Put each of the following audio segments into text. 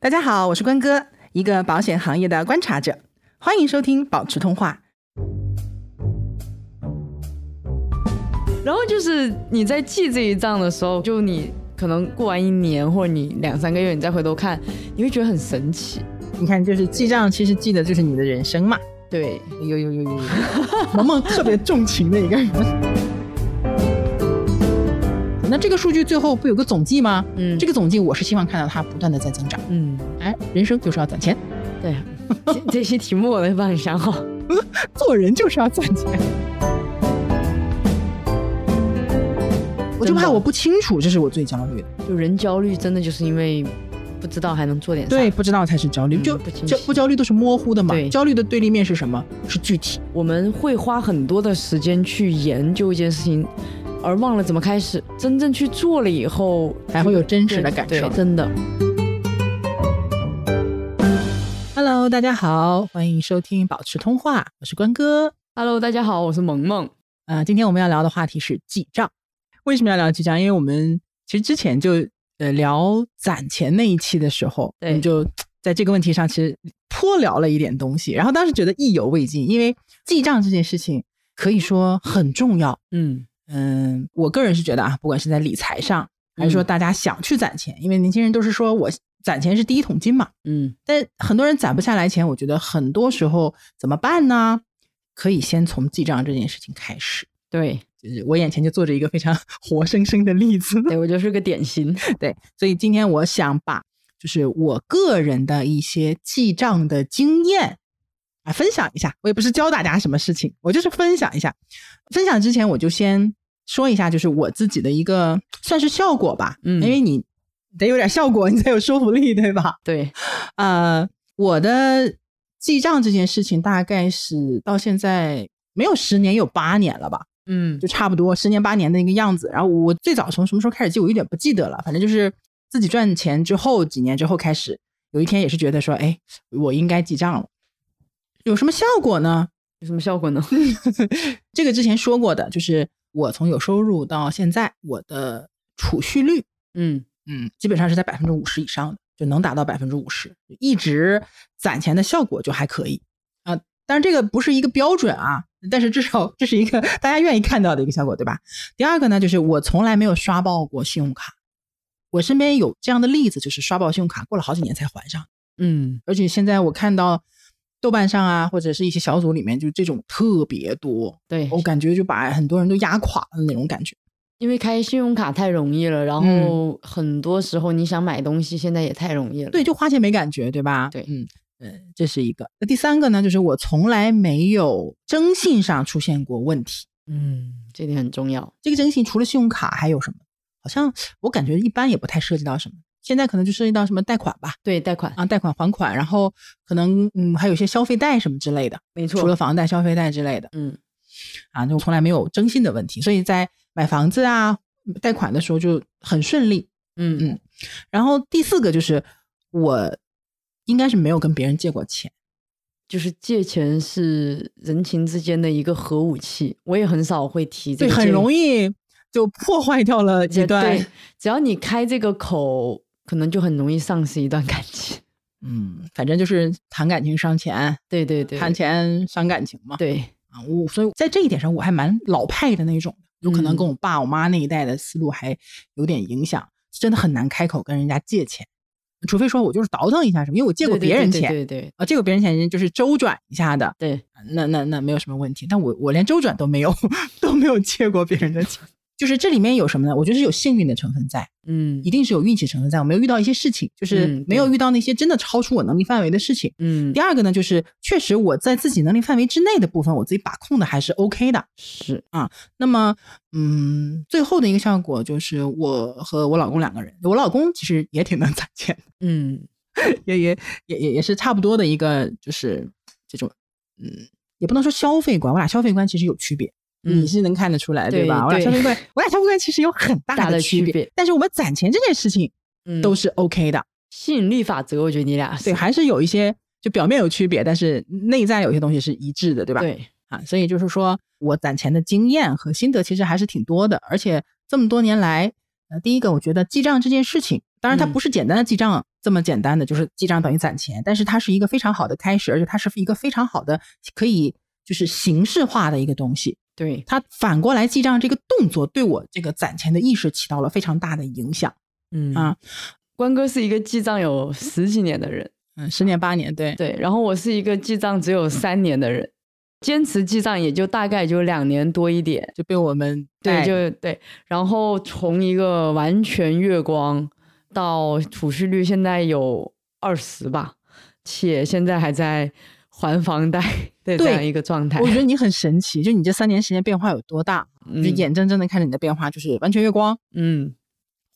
大家好，我是关哥，一个保险行业的观察者，欢迎收听保持通话。然后就是你在记这一账的时候，就你可能过完一年或者你两三个月，你再回头看，你会觉得很神奇。你看，就是记账，其实记的就是你的人生嘛。对，有有有有有，萌萌特别重情的一个人。 那这个数据最后不有个总计吗？嗯这个总计我是希望看到它不断的在增长。嗯，哎，人生就是要攒钱，对，这 这些题目我能帮你想好。做人就是要攒钱。我就怕我不清楚，这是我最焦虑的。就人焦虑真的就是因为不知道还能做点啥。对，，不知道才是焦虑，嗯就不清晰哎焦不焦虑都是模糊的嘛。对焦虑的对立面是什么？是具体。我们会花很多的时间去研究一件事情，而忘了怎么开始。真正去做了以后，才会有真实的感对受对真的， Hello，大家好，欢迎收听保持通话，我是关哥。 Hello，大家好，我是萌萌。啊、今天我们要聊的话题是记账。为什么要聊记账？因为我们其实之前就呃聊攒钱那一期的时候，我对们就在这个问题上其实颇聊了一点东西，然后当时觉得意犹未尽，因为记账这件事情可以说很重要。嗯，嗯，我个人是觉得啊，不管是在理财上，还是说嗯大家想去攒钱，因为年轻人都是说我攒钱是第一桶金嘛，嗯，但很多人攒不下来钱，我觉得很多时候怎么办呢？可以先从记账这件事情开始。对，就是我眼前就坐着一个非常 活生生的例子，对我就是个典 型。对，所以今天我想把就是我个人的一些记账的经验啊分享一下。我也不是教大家什么事情，我就是分享一下。分享之前，我就先说一下，就是我自己的一个算是效果吧，嗯因为你得有点效果，你才有说服力，对吧？对，呃，我的记账这件事情，大概是到现在没有十年，有八年了吧。嗯就差不多十年八年的一个样子。然后我最早从什么时候开始记，我有点不记得了，反正就是自己赚钱之后几年之后开始，有一天也是觉得说，哎，我应该记账了。有什么效果呢？ 有什么效果呢？这个之前说过的，就是我从有收入到现在，我的储蓄率，嗯嗯，基本上是在百分之五十以上的，就能达到百分之五十，一直攒钱的效果就还可以啊。但是这个不是一个标准啊，但是至少这是一个大家愿意看到的一个效果，对吧？第二个呢，就是我从来没有刷爆过信用卡，我身边有这样的例子，就是刷爆信用卡过了好几年才还上，嗯，而且现在我看到豆瓣上啊，或者是一些小组里面，就这种特别多，对，我感觉就把很多人都压垮了那种感觉。因为开信用卡太容易了，然嗯后很多时候你想买东西，现在也太容易了。对，就花钱没感觉，对吧？对嗯，呃，这是一个。那第三个呢，就是我从来没有征信上出现过问题。嗯，这点很重要。这个征信除了信用卡还有什么？好像我感觉一般也不太涉及到什么。现在可能就涉及到什么贷款吧，对，贷款，啊，贷款还款，然后可能嗯，还有一些消费贷什么之类的，没除了，房贷、消费贷之类的嗯，啊，就从来没有征信的问题，所以在买房子啊、贷款的时候就很顺利。嗯嗯然后第四个就是我应该是没有跟别人借过钱。就是借钱是人情之间的一个核武器，我也很少会提这对，个，很容易。易就破坏掉了一段对，，只要你开这个口，可能就很容易丧失一段感情。 嗯，反正就是谈感情伤钱，对对对，谈钱伤感情嘛。对，啊，我所以在这一点上我还蛮老派的那种，有可能嗯跟我爸我妈那一代的思路还有点影响，真的很难开口跟人家借钱，除非说我就是倒腾一下什么，因为我借过对别人钱。对对啊，借过别人钱就是周转一下的，对对，那那那没有什么问题。但我我连周转都没有， 都没有借过别人的钱。 就是这里面有什么呢？我觉得是有幸运的成分在。嗯一定是有运气成分在。我没有遇到一些事情，就是嗯没有对遇到那些真的超出我能力范围的事情。嗯第，二个呢，就是确实我在自己能力范围之内的部分，我自己把控的还是 OK 的。是，那么，嗯，最后的一个效果就是我和我老公两个人，我老公其实也挺能攒钱的， 嗯也也也也也是差不多的一个，就是这种，嗯，也不能说消费观，我俩消费观其实有区别。嗯你是能看得出来对吧？我俩对消费观，我俩消费观其实有很大大的区区别但是我们攒钱这件事情嗯，都是 OK 的，吸引力法则，我觉得你俩是对，还是有一些就表面有区别，但是内在有些东西是一致的，对吧？对，啊，所以就是说我攒钱的经验和心得其实还是挺多的，而且这么多年来，呃，第一个我觉得记账这件事情，当然它嗯不是简单的记账，这么简单的，就是记账等于攒钱，但是它是一个非常好的开始，而且它是一个非常好的可以就是形式化的一个东西。对，它反过来记账这个动作，对我这个攒钱的意识起到了非常大的影响。嗯啊，关哥是一个记账有十几年的人，嗯，十年八年，对，对，然后我是一个记账只有三年的人，坚持记账也就大概就两年多一点，就被我们对，带就对。然后从一个完全月光到储蓄率现在有二十吧，且现在还在还房贷的这对样一个状态。我觉得你很神奇，就你这三年时间变化有多大，就嗯眼睁睁的看着你的变化，就是完全月光，嗯，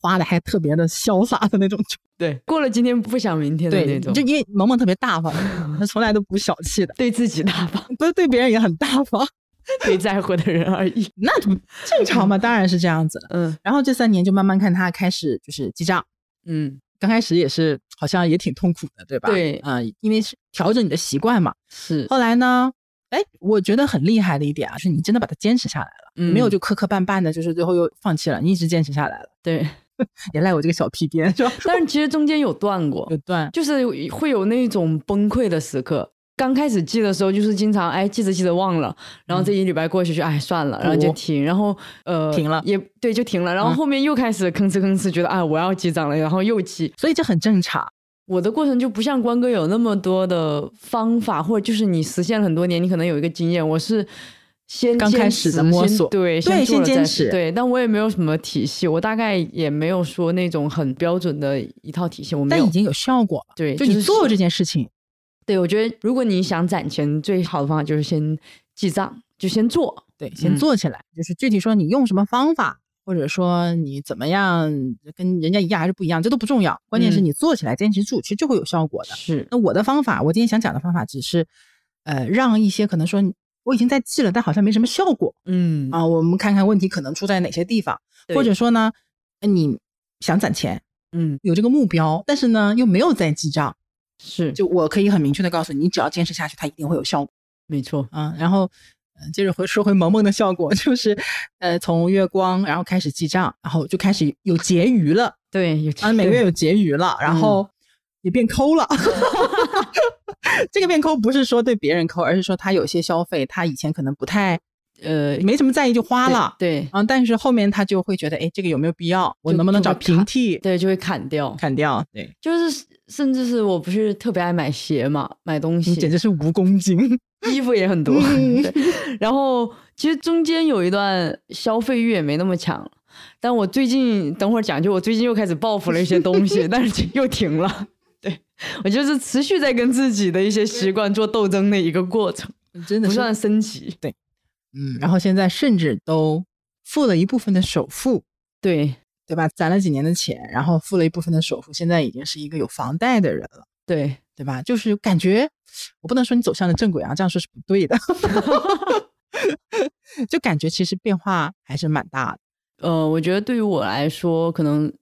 花的还特别的潇洒的那种。对，过了今天不想明天的那对，种，就因为萌萌特别大 方，她从来都不小气的，对自己大方，不是对别人也很大方， 对在乎的人而 已。那正常嘛，当然是这样子了。嗯然后这三年就慢慢看她开始就是记账，嗯，刚开始也是好像也挺痛苦的，对吧？对啊、因为是调整你的习惯嘛。是，后来呢，哎，我觉得很厉害的一点啊，是你真的把它坚持下来了，嗯没有就磕磕绊绊的，就是最后又放弃了，你一直坚持下来了， 对。也赖我这个小屁颠 是吧？但是其实中间有断过有，段就是会有那种崩溃的时刻。刚开始记的时候，就是经常哎记着记着忘了，然后这一礼拜过去就哎算了，然后就停，然后呃嗯哦停了也对就停了，然后嗯后面又开始吭哧吭哧，觉得啊我要记账了，然后又记。所以这很正常。我的过程就不像关哥有那么多的方法，或者就是你实现了很多年，你可能有一个经验。我是先刚开坚始持的摸先索对，对做了先再坚说持对，但我也没有什么体系，我大概也没有说那种很标准的一套体系，我没但有已。经有效果了，对就就你是做这件事情，对，我觉得如果你想攒钱，最好的方法就是先记账，就先做。对，先做起来。就是具体说你用什么方法，或者说你怎么样跟人家一样还是不一样，这都不重要，关键是嗯你做起来，坚持住，其实就会有效果的。是，那我的方法，我今天想讲的方法只是，呃，让一些可能说我已经在记了，但好像没什么效果嗯啊，我们看看问题可能出在哪些地方，对或者说呢，你想攒钱，嗯，有这个目标，但是呢又没有在记账，是，就我可以很明确的告诉你，你只要坚持下去，它一定会有效果没错，啊。然后。呃接着回说回萌萌的效果， 就是，呃，从月光，然后开始记账，然后就开始有结余了，对，嗯有 啊，每个月有结余了，然后也变抠了。 这个变抠不是说对别人抠，而是说他有些消费，他以前可能不太呃没什么在意就花 了，对啊，但是后面他就会觉得，哎，这个有没有必要？我就能不能就找会砍平替对就会砍掉，砍掉？对就是甚至是我不是特别爱买鞋嘛，买东你简西，直是蜈蚣精，衣服也很多，嗯对。然后其实中间有一段消费欲也没那么强了。但我最近等会儿讲，就我最近又开始报复了一些东西， 但是就又停了。对我就是持续在跟自己的一些习惯做斗争的一个过程。真的不是。算升级。嗯，然后现在甚至都付了一部分的首付，对对吧？攒了几年的钱，然后付了一部分的首付，现在已经是一个有房贷的人了。对，对吧？就是感觉，我不能说你走向了正轨啊，这样说是不 对的。就感觉其实变化还是蛮大的。呃，我觉得对于我来说，可能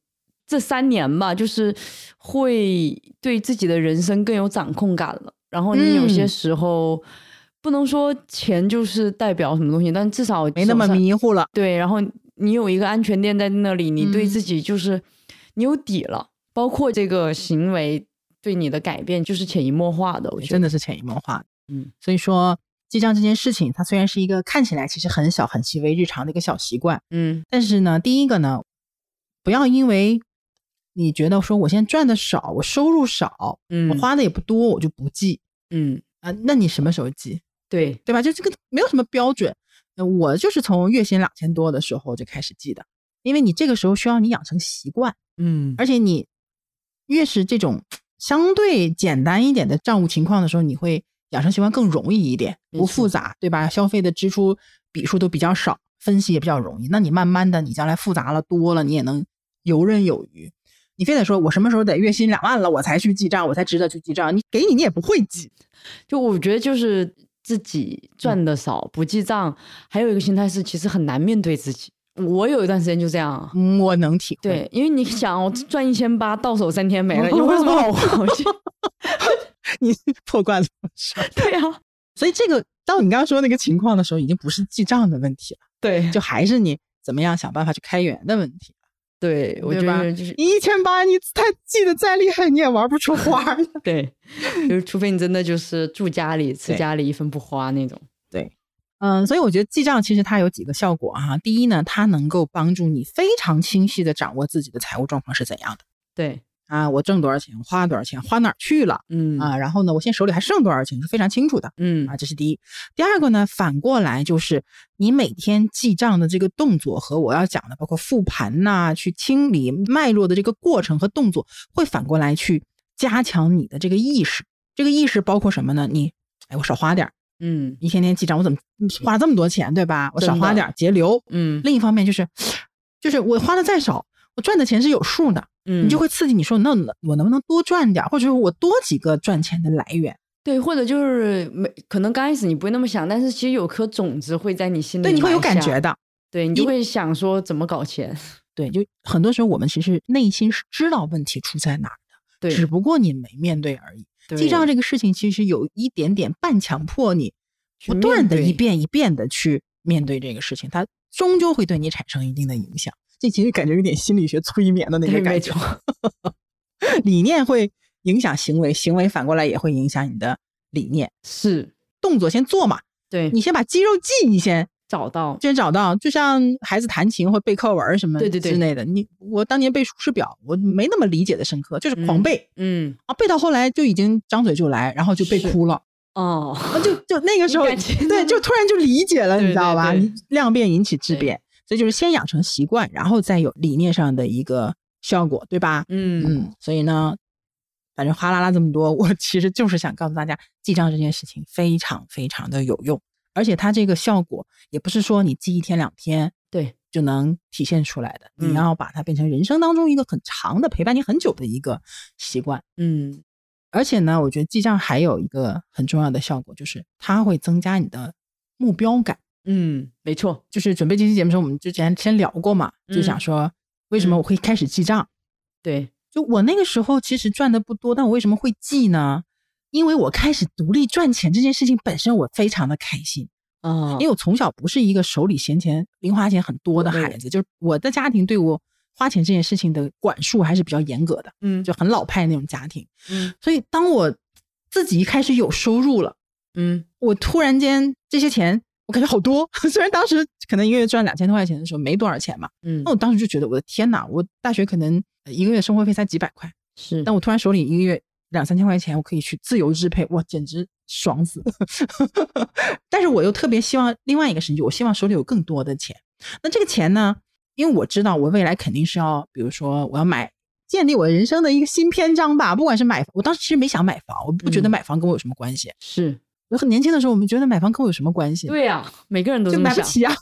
这三年吧，就是会对自己的人生更有掌控感了。然后你有些嗯时候、不能说钱就是代表什么东西，但至少没那么手上迷糊了。对，然后你有一个安全垫在那里，你对嗯自己就是、你有底了，包括这个行为对你的改变就是潜移默化的。我觉真得，的是潜移默化。嗯，所以说记账这件事情，它虽然是一个看起来其实很小、很细微、日常的一个小习惯，嗯但是呢，第一个呢，不要因为你觉得说我现在赚的少，我收入少，嗯，我花的也不多，我就不记嗯，啊、那你什么时候记？对，对吧？就这个没有什么标准。呃我就是从月薪两千多的时候就开始记的，因为你这个时候需要你养成习惯，嗯而且你越是这种相对简单一点的账务情况的时候，你会养成习惯更容易一点，没不错复杂，对吧？消费的支出笔数都比较少，分析也比较容易。那你慢慢的，你将来复杂了多了，你也能游刃有余。你非得说我什么时候得月薪两万了，我才去记账，我才值得去记账？你给你你也不会记，就我觉得就是自己赚嗯的少、不记账，还有一个心态是其实很难面对自己。我有一段时间就这样啊，嗯我能体会。对，因为你想我赚一千八，到手三天没 了，你为什么好好去？你 破罐子破摔。 对啊，所以这个到你刚刚说那个情况的时候，已经不是记账的问题了，对，就还是你怎么样想办法去开源的问题。对，我觉对吧得就是你一千八，你太记得再厉害，你也玩不出花儿来。对，就是除非你真的就是住家里吃对家里一分不花那种。 嗯，所以我觉得记账其实它有几个效果哈、第一呢，它能够帮助你非常清晰的掌握自己的财务状况是怎样的对，啊，我挣多少钱，花多少钱，花哪儿去了嗯啊，然后呢，我现在手里还剩多少钱是非常清楚的嗯啊，这是第一。第二个呢，反过来就是你每天记账的这个动作和我要讲的，包括复盘呐、去清理脉络的这个过程和动作，会反过来去加强你的这个意识。这个意识包括什么呢？你，哎，我少花点儿。嗯一天天记账，我怎么嗯花了这么多钱，对吧？我少真的花点儿节流。嗯另一方面就是，就是我花的再少，我赚的钱是有数的，嗯，你就会刺激你说，那我能不能多赚点儿，或者说我多几个赚钱的来源？对，或者就是没可能刚开始你不会那么想，但是其实有颗种子会在你心里，对，你会有感啊觉，的。对你就会想说怎么搞钱。对，就很多时候我们其实内心是知道问题出在哪儿对的，，只不过你没面对而已。记账这这个事情其实有一点点半强迫你，去不断的面对一遍一遍的去面对这个事情，它终究会对你产生一定的影响。这其实感觉有点心理学催眠的那个对感没觉错，，理念会影响行为，行为反过来也会影响你的理念。 是动作先做嘛，对你先把肌肉记忆先找到先找到，就像孩子弹琴或背课文儿什么对对对之类的。你我当年背《出师表》，我没那么理解的深刻，就是狂嗯背、嗯啊，背到后来就已经张嘴就来，然后就背是哭了。哦，啊，就就那个时候，你感觉对，就突然就理解 了，对你知道吧？对对你量变引起质对变，所以就是先养成习惯，然后再有理念上的一个效果，对吧？嗯嗯，所以呢，反正哗啦啦这么多， 我其实就是想告诉大家，记账这件事情非常非常的有用，而且它这个效果也不是说你记一天两天对就能体现出来的，嗯你要把它变成人生当中一个很长的陪伴你很久的一个习惯。嗯而且呢，我觉得记账还有一个很重要的效果，就是它会增加你的目标感。嗯，没错，就是准备这期节目的时候，我们之前先聊过嘛，嗯就想说为什么我会开始记账？对就我那个时候其实赚的不多，但我为什么会记呢？因为我开始独立赚钱这件事情本身，我非常的开心，啊，因为为我从小不是一个手里闲钱、零花钱很多的孩子，就是我的家庭对我花钱这件事情的管束还是比较严格的，嗯就很老派那种家庭。嗯所以当我自己一开始有收入了，嗯我突然间这些钱，我感觉好多。 虽然当时可能一个月赚两千多块钱的时候没多少钱嘛，嗯那我当时就觉得我的天哪，我大学可能呃一个月生活费才几百块，是，但我突然手里一个月两三千块钱，我可以去自由支配，哇，简直爽死！ 但是我又特别希望另外一个事情，就我希望手里有更多的钱。那这个钱呢，因为我知道我未来肯定是要，比如说我要买。建立我人生的一个新篇章吧，不管是买，我当时其实没想买房，我不觉得嗯买房跟我有什么关系。是我很年轻的时候，我们觉得买房跟我有什么关系？，对呀， 每个人都就这么买不想，起啊。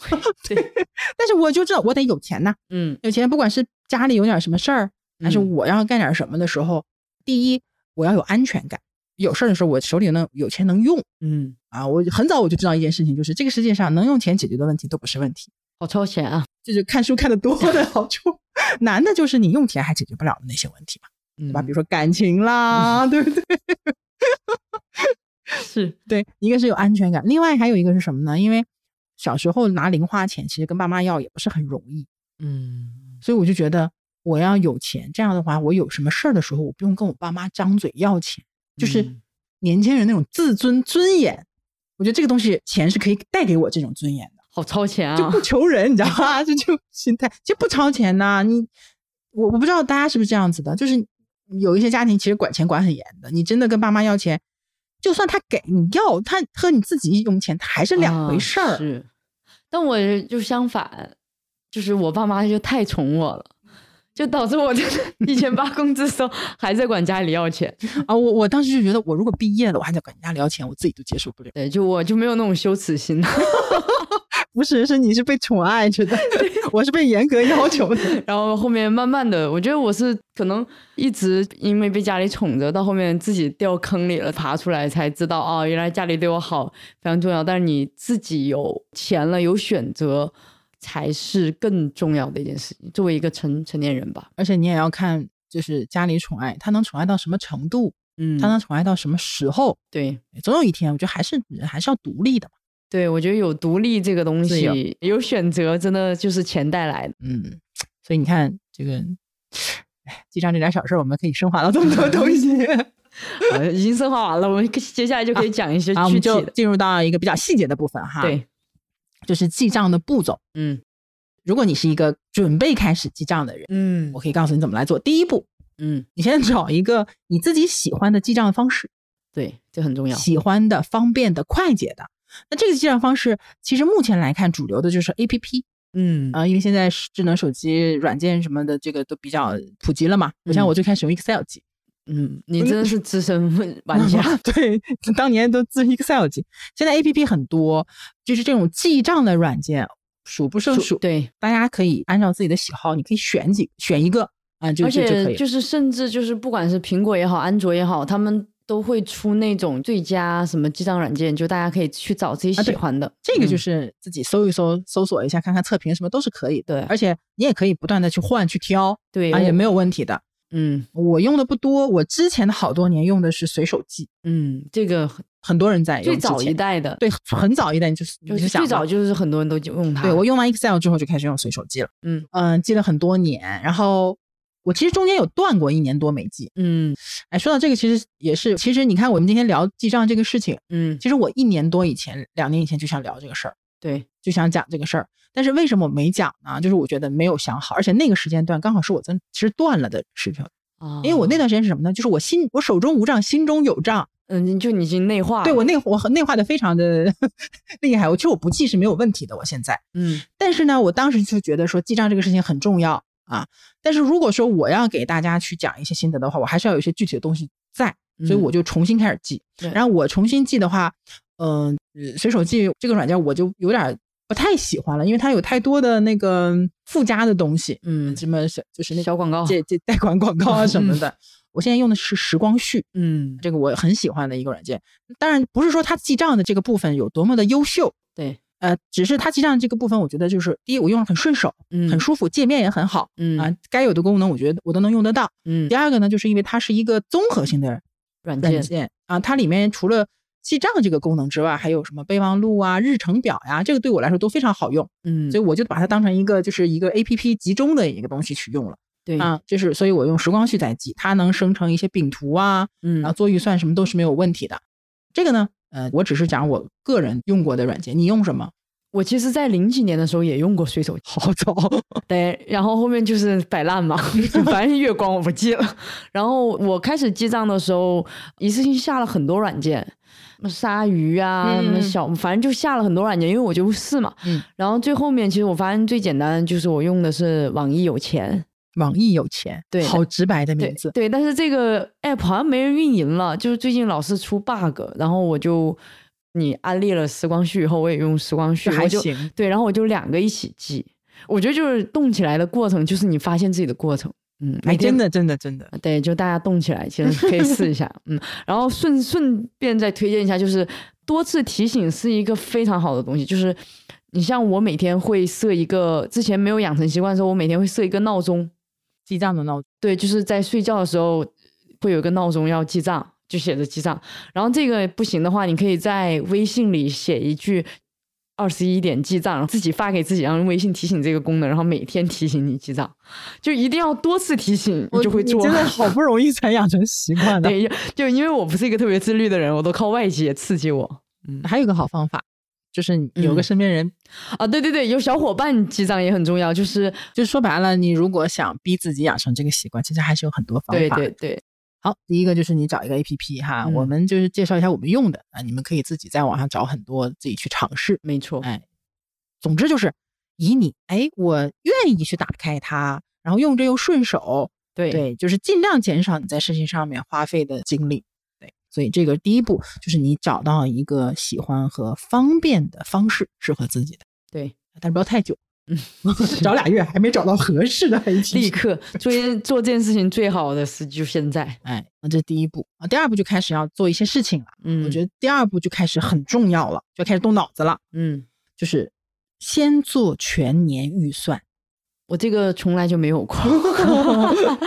对， 但是我就知道我得有钱呐、嗯有钱不管是家里有点什么事儿，还是嗯我要干点什么的时候，第一我要有安全感，有事儿的时候我手里能有钱能用嗯，啊。我很早我就知道一件事情，就是这个世界上能用钱解决的问题都不是问题，好超前啊，这就是看书看得多的好处。 难的就是你用钱还解决不了的那些问题嘛，对对吧？比如说感情啦，对不对？是对，一个是有安全感，另外还有一个是什么呢？因为小时候拿零花钱，其实跟爸妈要也不是很容易，嗯所以我就觉得我要有钱，这样的话，我有什么事儿的时候，我不用跟我爸妈张嘴要钱，就是嗯年轻人那种自尊尊严。我觉得这个东西，钱是可以带给我这种尊严的， 好超前啊，就不求人，你知道吗？这 就心态，其实不超前呐、你，我我不知道大家是不是这样子的，就是有一些家庭其实管钱管很严的，你真的跟爸妈要钱，就算他给你要，他和你自己用钱，他还是两回啊事儿。是，但我就相反，就是我爸妈就太宠我了，就导致我 一千八工资的时候还在管家里要钱。啊，我我当时就觉得，我如果毕业了，我还得管人家聊钱，我自己都接受不了。对，就我就没有那种羞耻心了。 不是，是你是被宠爱着 的，我是被严格要求的。然后后面慢慢的，我觉得我是可能一直因为被家里宠着，到后面自己掉坑里了，爬出来才知道哦，原来家里对我好非常重要。但是你自己有钱了，有选择。才是更重要的一件事情。作为一个成成年人吧， 而且你也要看，就是家里宠爱，他能宠爱到什么程度，嗯，他能宠爱到什么时候。对，总有一天，我觉得还是人还是要独立的嘛。对，我觉得有独立这个东自由西，有选择，真的就是钱带来的。嗯，所以你看这个，哎，记账这点小事儿，我们可以升华到这么多东 西好 已经升华完了，我们接下来就可以讲一些啊，我具体们就啊的。进入到一个比较细节的部分哈，，对，就是记账的步骤。嗯如果你是一个准备开始记账的人，嗯我可以告诉你怎么来做。第一步，嗯，你先找一个你自己喜欢的记账方式，对，这很重要。喜欢的、方便的、快捷的。那这个记账方式，其实目前来看，主流的就是 A P P 嗯啊、因为现在是智能手机软件什么的，这个都比较普及了嘛。不像嗯我最开始用 Excel 记，嗯，你真的是资深 玩家。 对，当年都自 Excel 记，现在 A P P 很多，就是这种记账的软件数不胜数。，对，大家可以按照自己的喜好，你可以选几选一个啊，就而就就可且以了。就是甚至就是不管是苹果也好，安卓也好，他们都会出那种最佳什么记账软件，就大家可以去找自己啊对喜欢的。这个就嗯是自己搜一搜，搜索一下，看看测评什么都是可以的。对而且你也可以不断的去换去挑，对，啊也我没有问题的。嗯我用的不多，我之前的好多年用的是随手记，嗯，这个很多人在用最之前。早一代的，对，很早一代你就你就就是想最早吧就是很多人都用它。对我用完 Excel 之后就开始用随手记了。嗯嗯，记了很多年，然后。我其实中间有断过一年多没记，嗯哎，说到这个，其实也是，其实你看我们今天聊记账这个事情，嗯，其实我一年多以前、两年以前就想聊这个事儿，对，就想讲这个事儿，但是为什么我没讲呢？就是我觉得没有想好，而且那个时间段刚好是我真其实断了的时间，啊，因为我那段时间是什么呢？就是我心我手中无账，心中有账，嗯，就你已经内化对了我内我很内化的非常的 厉害，我其实我不记是没有问题的，我现在，嗯但是呢，我当时就觉得说记账这个事情很重要啊，但是如果说我要给大家去讲一些心得的话，我还是要有一些具体的东西在，所以嗯我就重新开始记，对然后我重新记的话，嗯、呃随手记这个软件我就有点不太喜欢了，因为它有太多的那个附加的东西，嗯什么小就是那小嗯广告，借借贷款广告啊什么 的。我现在用的是时光序，嗯这个我很喜欢的一个软件。当然不是说它记账的这个部分有多么的优秀，对，呃，只是它记账这个部分，我觉得就是第一，我用着很顺手，嗯很舒服，界面也很好嗯啊，该有的功能我觉得我都能用得到。嗯第二个呢，就是因为它是一个综合性的软软件件啊，它里面除了记账这个功能之外，还有什么备忘录啊、日程表呀、这个对我来说都非常好用，嗯所以我就把它当成一个就是一个 A P P 集中的一个东西去用了对啊，就是所以我用时光序在记，它能生成一些饼图啊，嗯然后做预算什么都是没有问题的。这个呢，呃，我只是讲我个人用过的软件，你用什么？我其实，在零几年的时候也用过随手机，好早，对，然后后面就是摆烂嘛， 反正月光我不记了。然后我开始记账的时候，一次性下了很多软件，什么鲨鱼啊，嗯什么小，反正就下了很多软件，因为我就试嘛。嗯然后最后面，其实我发现最简单的就是我用的是网易有钱，网易有钱，对好直白的对名字，对，但是这个 app 好像没人运营了，就是最近老是出 bug，然后我就你安利了时光序以后，我也用时光序，这还我就行。对，然后我就两个一起记。我觉得就是动起来的过程，就是你发现自己的过程。嗯，哎，每天真的，真的，真的，对，就大家动起来，其实可以试一下。嗯，然后顺顺便再推荐一下，就是多次提醒是一个非常好的东西。就是你像我每天会设一个，之前没有养成习惯的时候，我每天会设一个闹钟。记账的闹钟，对，就是在睡觉的时候会有一个闹钟要记账，就写着记账。然后这个不行的话，你可以在微信里写一句“二十一点记账”，自己发给自己，让微信提醒这个功能，然后每天提醒你记账，就一定要多次提醒，你我就会你做。 真的好不容易才养成习惯的。对，就因为我不是一个特别自律的人，我都靠外界刺激我。还有一个好方法，就是你有个嗯身边人，啊，对对对，有小伙伴记账也很重要，就是就是说白了，你如果想逼自己养成这个习惯，其实还是有很多方对法。对对，好，第一个就是你找一个 A P P 哈，嗯我们就是介绍一下我们用的啊，你们可以自己在网上找很多，自己去尝试。没错，哎，总之就是以你哎，我愿意去打开它，然后用着又顺手，对对，就是尽量减少你在事情上面花费的精力。对，所以这个第一步就是你找到一个喜欢和方便的方式，适合自己的，对但是不要太久。嗯， 找俩月还没找到合适的 A P 立 P，刻做一做这件事情最好的是就现在。哎，那这第一步啊，第二步就开始要做一些事情了。嗯，我觉得第二步就开始很重要了，就开始动脑子了，嗯，就是先做全年预算。我这个从来就没 有过。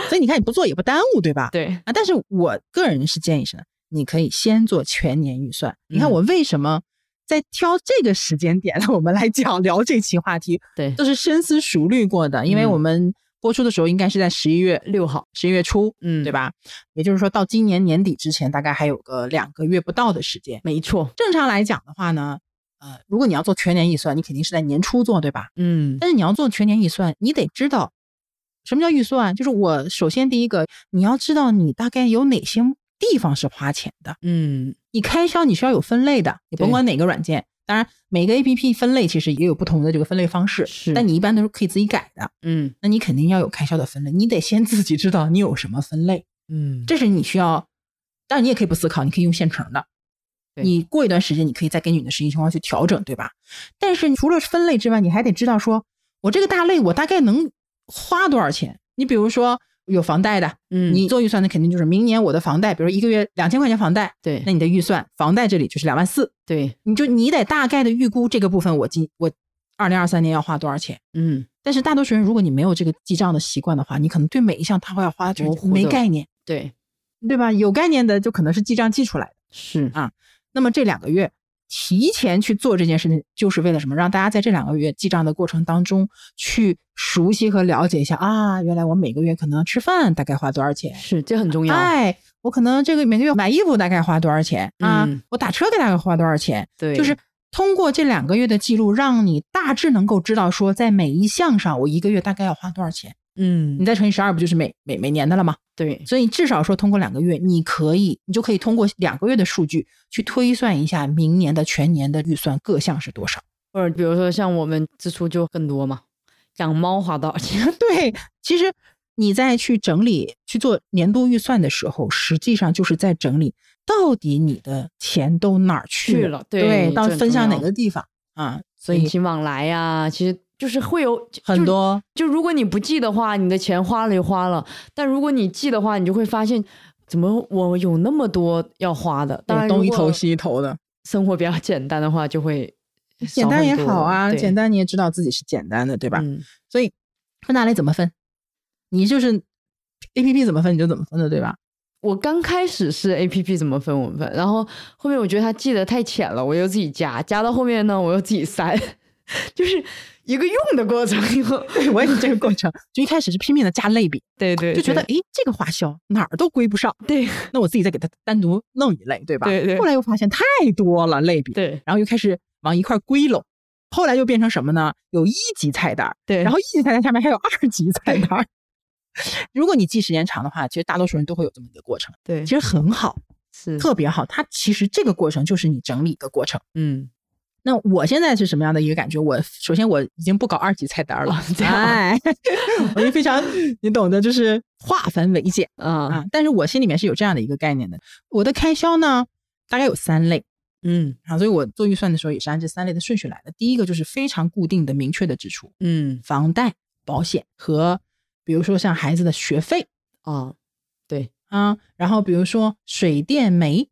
所以你看，你不做也不耽误，对吧？对，啊，但是我个人是建议是呢，你可以先做全年预算。你看嗯我为什么在挑这个 时间点，我们来讲聊这期话题，对都是深思熟虑过的，因为嗯我们播出的时候应该是在十一月六号，十一月初，嗯，对？吧？也就是说到今年年底之前，大概还有个两个月不到的时间。没错，正常来讲的话呢，呃，如果你要做全年预算，你肯定是在年初做，对吧？嗯，但是你要做全年预算，你得知道什么叫预算。就是我首先第一个，你要知道你大概有哪些地方是花钱的，嗯，你开销你是要有分类的，你甭对管哪个软件。当然，每个 A P P 分类其实也有不同的这个分类方式，是但你一般都是可以自己改的。嗯，那你肯定要有开销的分类，你得先自己知道你有什么分类，嗯，这是你需要。当然，你也可以不思考，你可以用现成的。对你过一段时间，你可以再根据你的实际情况去调整，对吧？但是除了分类之外，你还得知道说，我这个大类我大概能花多少钱。你比如说有房贷的，嗯，你做预算的肯定就是明年我的房贷，比如说一个月两千块钱房贷，对那你的预算房贷这里就是两万四，对，你就你得大概的预估这个部分我今我二零二三年要花多少钱。嗯，但是大多数人，如果你没有这个记账的习惯的话，你可能对每一项他会要花就模糊的没概念，对，对吧？有概念的就可能是记账记出来的。是，啊那么这两个月提前去做这件事情，就是为了什么？让大家在这两个月记账的过程当中去熟悉和了解一下啊，原来我每个月可能吃饭大概花多少钱，是，这很重要。哎，我可能这个每个月买衣服大概花多少钱啊，嗯我打车大概花多少钱，对，就是通过这两个月的记录，让你大致能够知道说，在每一项上我一个月大概要花多少钱。你嗯，再乘以十二，不就是每每每年的了吗？对，所以至少说，通过两个月，你可以，你就可以通过两个月的数据去推算一下明年的全年的预算各项是多少。或者比如说像我们支出就更多嘛，养猫花多少钱？对，其实你在去整理、去做年度预算的时候，实际上就是在整理到底你的钱都哪儿去去了，了，对，到底这分很向哪重要个地方啊？所人以情往来呀、其实就是会有就很多就如果你不记的话，你的钱花了就花了；但如果你记的话，你就会发现，怎么我有那么多要花的？当然，东一头，西一头的， 生活比较简单的话，就 会简单也好啊，简单单你也知道自己是简单的，对吧？嗯，所以分大类怎么分？你就是 A P P 怎么分你就怎么分的，对吧？我刚开始是 A P P 怎么分我们分，然后后面我觉得他记得太浅了，我又自己加，加到后面呢，我又自己删， 就是一个用的过程。对，我也是这个过程，就一开始是拼命的加类比， 对对，就觉得对诶，这个花销哪儿都归不上，对那我自己再给它单独弄一类，对吧？对对后来又发现太多了类比，对然后又开始往一块儿归拢，后来又变成什么呢？有一级菜单儿，对，然后一级菜单下面还有二级菜单儿。 如果你记时间长的话，其实大多数人都会有这么一个过程，对其实很好，是特别好。它其实这个过程就是你整理的过程。嗯那我现在是什么样的一个感觉？我首先我已经不搞二级菜单了，哦这样啊哎， 我就非常你懂的，就是化繁为简啊啊。但是我心里面是有这样的一个概念的，我的开销呢大概有三类嗯啊，所以我做预算的时候也是按这三类的顺序来的。第一个就是非常固定的、明确的支出，嗯房贷、保险和比如说像孩子的学费啊，对啊，然后比如说水电煤，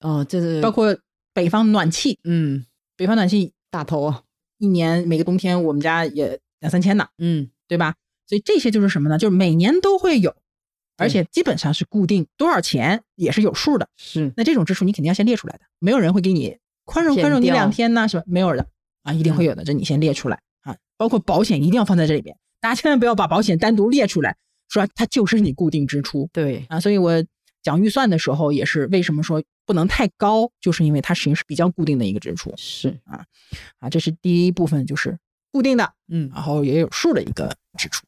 哦，这是包括北方暖气，嗯北方暖气大头啊，一年每个冬天我们家也两三千呢。嗯对吧？所以这些就是什么呢？就是每年都会有，而且基本上是固定多少钱也是有数的。是那这种支出你肯定要先列出来的，没有人会给你宽容减宽容你掉嗯两天呢，是吧？没有的啊，一定会有的，这你先列出来啊。包括保险一定要放在这里边，大家千万不要把保险单独列出来，说它就是你固定支出对啊。所以我讲预算的时候也是为什么说不能太高，就是因为它实际上是比较固定的一个支出是啊。这是第一部分，就是固定的，嗯然后也有数的一个支出。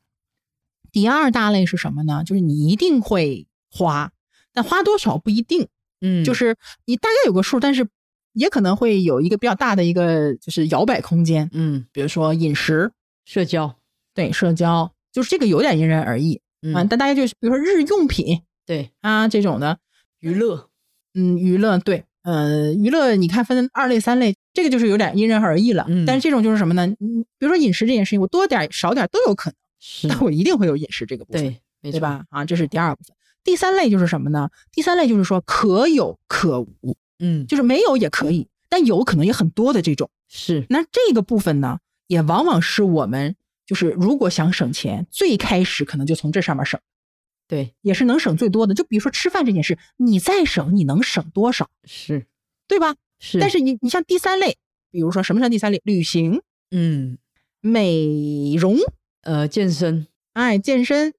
第二大类是什么呢？就是你一定会花，但花多少不一定，嗯就是你大概有个数，但是也可能会有一个比较大的一个就是摇摆空间。嗯比如说饮食，社交对社交，就是这个有点因人而异嗯啊。但大家就是比如说日用品对啊这种的，娱乐嗯，娱乐对，呃，娱乐你看分二类三类，这个就是有点因人而异了。嗯但是这种就是什么呢？嗯比如说饮食这件事情，我多点儿少点儿都有可能。是但我一定会有饮食这个部分，对没对错吧？啊，这是第二部分。第三类就是什么呢？第三类就是说可有可无，嗯就是没有也可以，但有可能也很多的这种。是那这个部分呢，也往往是我们就是如果想省钱，最开始可能就从这上面省，对也是能省最多的。就比如说吃饭这件事，你再省，你能省多少，是对吧？是但是你你像第三类，比如说什么叫第三类？旅行、嗯美容、呃健身哎，健身，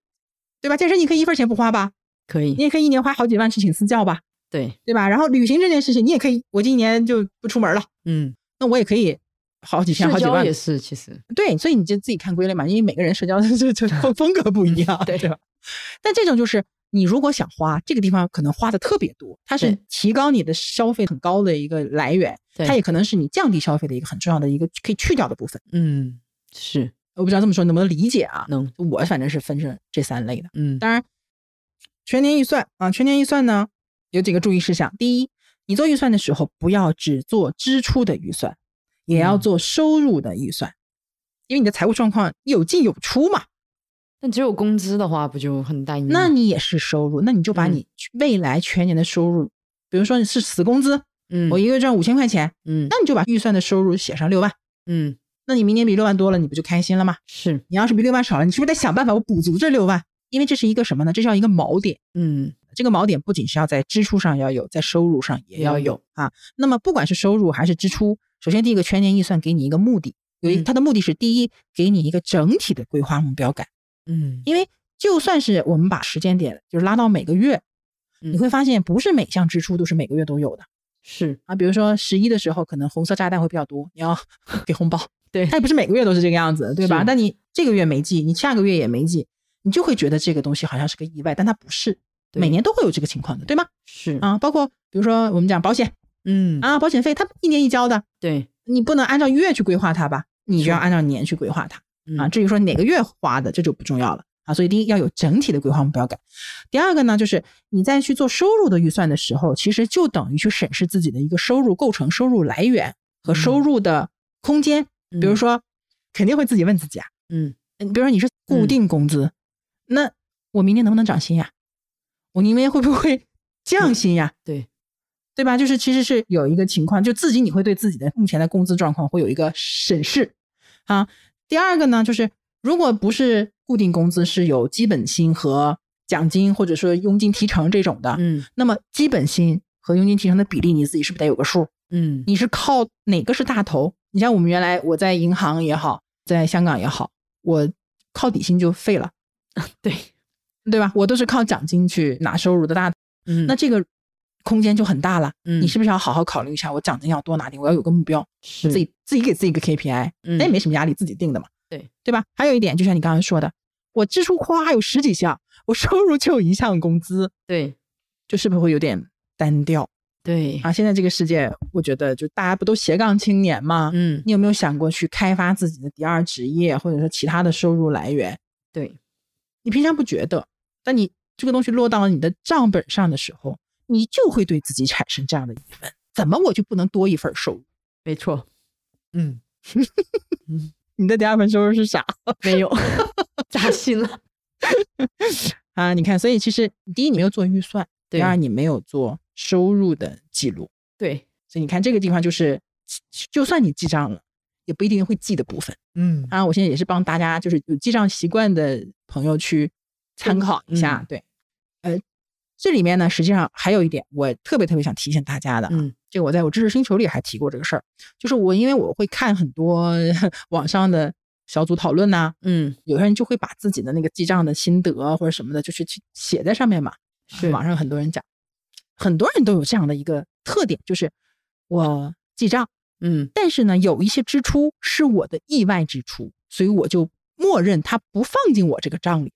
对吧？健身你可以一分钱不花吧，可你以，也可以一年花好几万去请私教吧，对，对吧？然后旅行这件事情，你也可以，我今年就不出门了，嗯，那我也可以好几千、社好几交万也。是，其实对，所以你就自己看归类嘛，因为每个人社交 就就风风格不一样，对吧？但这种就是你如果想花，这个地方可能花的特别多，它是对提高你的消费很高的一个来源，对它也可能是你降低消费的一个很重要的一个可以去掉的部分。嗯是我不知道这么说能不能理解啊？能，我反正是分成这三类的。嗯当然，全年预算啊，全年预算呢有几个注意事项。第一，你做预算的时候不要只做支出的预算，也要嗯做收入的预算，因为你的财务状况有进有出嘛，但只有工资的话，不就很单一吗？那你也是收入，那你就把嗯你未来全年的收入，比如说你是死工资，嗯我一个月赚五千块钱，嗯那你就把预算的收入写上六万，嗯那你明年比六万多了，你不就开心了吗？是你要是比六万少了，你是不是得想办法我补足这六万？因为这是一个什么呢？这叫一个锚点。嗯这个锚点不仅是要在支出上要有，在收入上也也要要有啊。那么不管是收入还是支出，首先第一个全年预算给你一个目的，有一嗯它的目的是第一，给你一个整体的规划目标感。嗯因为就算是我们把时间点就是拉到每个月，嗯你会发现不是每项支出都是每个月都有的是啊。比如说十一的时候，可能红色炸弹会比较多，你要给红包，对它也不是每个月都是这个样子，对吧是？但你这个月没记，你下个月也没记，你就会觉得这个东西好像是个意外，但它不是。对每年都会有这个情况的，对吗？是啊，包括比如说我们讲保险嗯啊，保险费它一年一交的，对你不能按照月去规划它吧，你是就要按照年去规划它啊。嗯至于说哪个月花的，这就不重要了啊。所以第一要有整体的规划目标感，第二个呢，就是你在去做收入的预算的时候，其实就等于去审视自己的一个收入构成、收入来源和收入的空间。比如嗯说，肯定会自己问自己啊，嗯嗯比如说你是固嗯定工资，那我明年能不能涨薪呀？我明年会不会 嗯降薪呀？对对吧？就是其实是有一个情况，就自己你会对自己的目前的工资状况会有一个审视啊。第二个呢，就是如果不是固定工资是有基本薪和奖金或者说佣金提成这种的，嗯那么基本薪和佣金提成的比例你自己是不是得有个数？嗯你是靠哪个是大头？你像我们原来我在银行也好，在香港也好，我靠底薪就废了， 对对吧？我都是靠奖金去拿收入的大头，嗯那这个空间就很大了。你你是不是要好好考虑一下，我奖金要多拿点，我要有个目标，是自己自己给自己一个 KPI，嗯那也没什么压力，自己定的嘛，对对吧？还有一点，就像你刚才说的，我支出夸有十几项，我收入就有一项工资，对就是不是会有点单调对啊？现在这个世界，我觉得就大家不都斜杠青年吗？嗯你有没有想过去开发自己的第二职业，或者说其他的收入来源？对你平常不觉得，但你这个东西落到你的账本上的时候，你就会对自己产生这样的疑问：怎么我就不能多一份收入？没错嗯你的第二份收入是啥没 有扎心 了啊？你看，所以其实第一你没有做预算，对第二你没有做收入的记录，对所以你看这个地方就是，就算你记账了，也不一定会记的部分嗯啊。我现在也是帮大家就是有记账习惯的朋友去参考一下，嗯对，呃，这里面呢实际上还有一点我特别特别想提醒大家的啊，嗯这个我在我知识星球里还提过这个事儿，就是我因为我会看很多 网上的小组讨论呐、嗯有些人就会把自己的那个记账的心得啊或者什么的，就是去写在上面嘛。是网上很多人讲，很多人都有这样的一个特点，就是我记账，嗯但是呢，有一些支出是我的意外支出，所以我就默认它不放进我这个账里。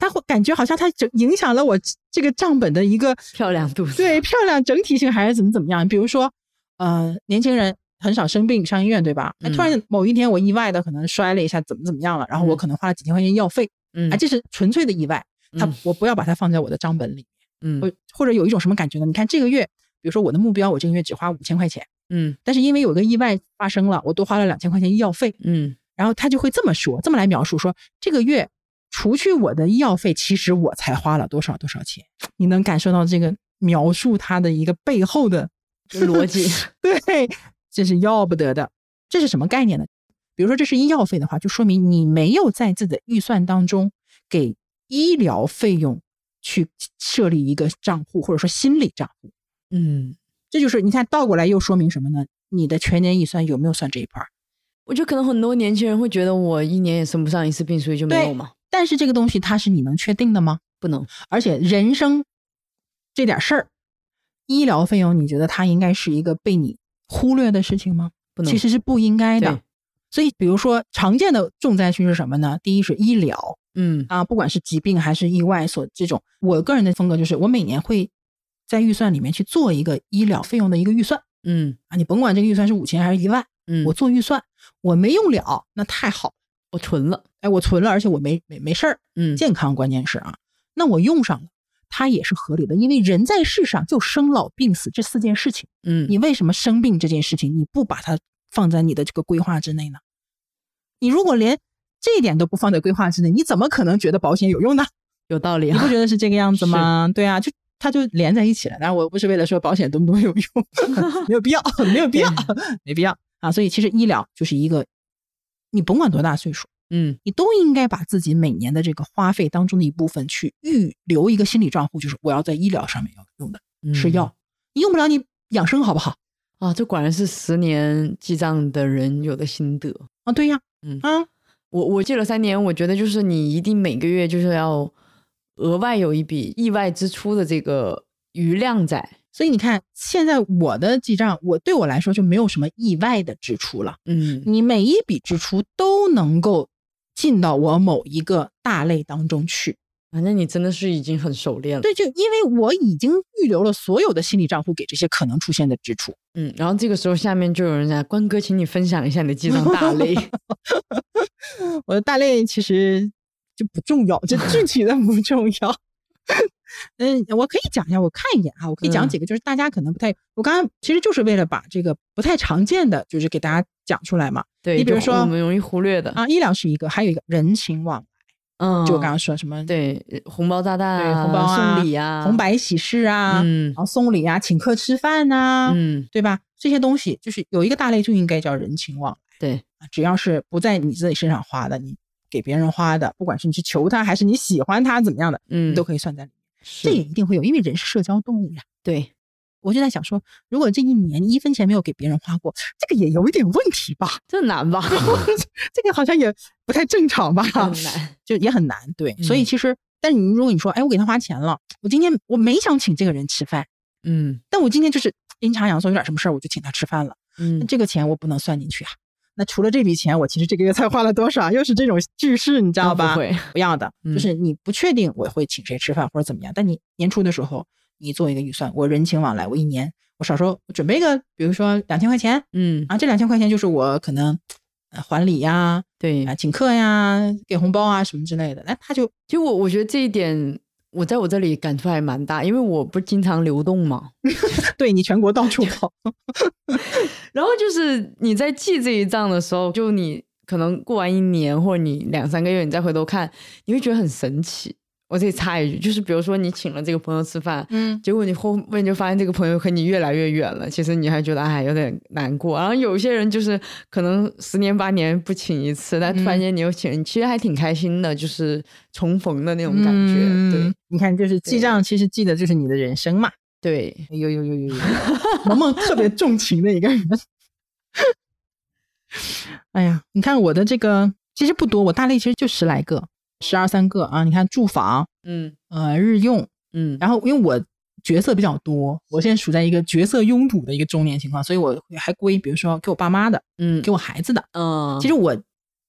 他会感觉好像它整影响了我这个账本的一个漂亮度对漂亮整体性还是怎么怎么样？比如说，呃，年轻人很少生病上医院，对吧？哎，突然某一天我意外的可能摔了一下，怎么怎么样了，然后我嗯可能花了几千块钱药费，嗯哎，这是纯粹的意外，它嗯我不要把它放在我的账本里，嗯或或者有一种什么感觉呢？你看这个月，比如说我的目标，我这个月只花五千块钱，嗯但是因为有个意外发生了，我多花了两千块钱医药费， 嗯然后他就会这么说，这么来描述说这个月。除去我的医药费，其实我才花了多少多少钱？你能感受到这个描述它的一个背后的这逻 辑 对，这是要不得的。这是什么概念呢？比如说这是医药费的话，就说明你没有在自己的预算当中给医疗费用去设立一个账户，或者说心理账户。嗯。这就是你看倒过来又说明什么呢？你的全年预算有没有算这一块儿？我觉得可能很多年轻人会觉得我一年也生不上一次病，所以就没有嘛。但是这个东西它是你能确定的吗？不能，而且人生这点事儿，医疗费用，你觉得它应该是一个被你忽略的事情吗？不能。其实是不应该的对。所以，比如说常见的重灾区是什么呢？第一是医疗嗯啊，不管是疾病还是意外所这种。我个人的风格就是，我每年会在预算里面去做一个医疗费用的一个预算嗯啊，你甭管这个预算是五千还是一万，嗯，我做预算，我没用了，那太好了，我存了。哎，我存了，而且我没没没事儿，嗯，健康关键是啊，那我用上了，它也是合理的，因为人在世上就生老病死这四件事情，嗯你为什么生病这件事情你不把它放在你的这个规划之内呢？你如果连这一点都不放在规划之内，你怎么可能觉得保险有用呢？有道理你不啊。觉得是这个样子吗？对啊，就它就连在一起了。当然，我不是为了说保险多么多么有用， 没有必要，没有必要， 没必要啊。所以，其实医疗就是一个，你甭管多大岁数，嗯你都应该把自己每年的这个花费当中的一部分去预留一个心理账户，就是我要在医疗上面要用的，嗯，吃药，你用不了你养生好不好？啊，这果然是十年记账的人有的心得。啊，对呀，嗯啊，我我记了三年，我觉得就是你一定每个月就是要额外有一笔意外支出的这个余量在。所以你看，现在我的记账，我对我来说就没有什么意外的支出了。嗯你每一笔支出都能够进到我某一个大类当中去。反正你真的是已经很熟练了。对，就因为我已经预留了所有的心理账户给这些可能出现的支出。嗯，然后这个时候下面就有人在关哥，请你分享一下你的记账大 类。我的大类其实就不重要，就具体的不重要。 嗯，我可以讲一下，我看一眼啊，我可以讲嗯几个，就是大家可能不太，我刚刚其实就是为了把这个不太常见的，就是给大家讲出来嘛。对，你比如就说我们容易忽略的，啊，医疗是一个，还有一个人情往嗯，来，就我刚刚说什么对红包炸弹对啊，红包啊送礼啊，红白喜事啊，嗯然后送礼啊，请客吃饭呐、嗯，对吧？这些东西就是有一个大类就应该叫人情往对，来，只要是不在你自己身上花的，你给别人花的，不管是你去求他还是你喜欢他怎么样的，嗯，你都可以算在里面。是这也一定会有，因为人是社交动物呀。对，我就在想说，如果这一年你一分钱没有给别人花过，这个也有一点问题吧？这难吧？ 这 个好像也不太正常吧？很难，就也很难。对，所以嗯其实，但是你如果你说，哎，我给他花钱了，我今天我没想请这个人吃饭，嗯但我今天就是阴差阳错有点什么事儿，我就请他吃饭了。那嗯，这个钱我不能算进去啊。那除了这笔钱，我其实这个月才花了多少？又是这种句式，你知道那吧？啊不会，不要的，嗯就是你不确定我会请谁吃饭或者怎么样，但你年初的时候，你做一个预算，我人情往来，我一年我少说我准备个，比如说两千块钱嗯，啊，这两千块钱就是我可能呃还礼呀、啊、对，请客呀、给红包啊什么之类的，那他就 其实我我觉得这一点，我在我这里感触还蛮大，因为我不是经常流动嘛。对你全国到处跑，然后就是你在记这一账的时候，就你可能过完一年或者你两三个月，你再回头看，你会觉得很神奇。我这里插一句，就是比如说你请了这个朋友吃饭，嗯，结果你后面就发现这个朋友和你越来越远了，其实你还觉得哎有点难过。然后有一些人就是可能十年八年不请一次，但突然嗯间你又请，你其实还挺开心的，就是重逢的那这种感觉。对，你看，就是嗯记对账，其实记的就是你的人生嘛。对，哎呦呦呦呦呦，萌萌特别重情的一个人。 哎呀，你看我的这个其实不多，我大类其实就十来个，十二三个啊。你看住房，嗯呃，日用，嗯然后因为我角色比较多，我现在处在一个角色拥堵的一个中年情况，所以我还归，比如说给我爸妈的，嗯给我孩子的。嗯，其实我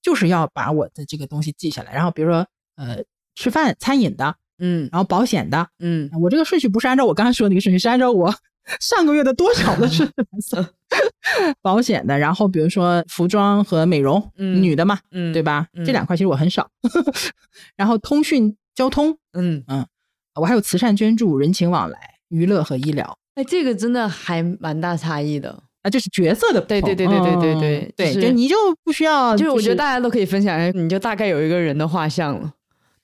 就是要把我的这个东西记下来，然后比如说呃，吃饭、餐饮的，嗯然后保险的，嗯我这个顺序不是按照我刚才说的那个顺序，是按照我 上个月的多少的嗯顺序来算。保险的，然后比如说服装和美容，嗯女的嘛，嗯，对？吧？嗯这两块其实我很少。 然后通讯、交通，嗯，我还有慈善捐助、人情往来、娱乐和医疗。哎，这个真的还蛮大差异的。啊，就是角色的不对对同对对对对嗯对对，就是就你就不需要，就是我觉得大家都可以分享一下，你就大概有一个人的画像了。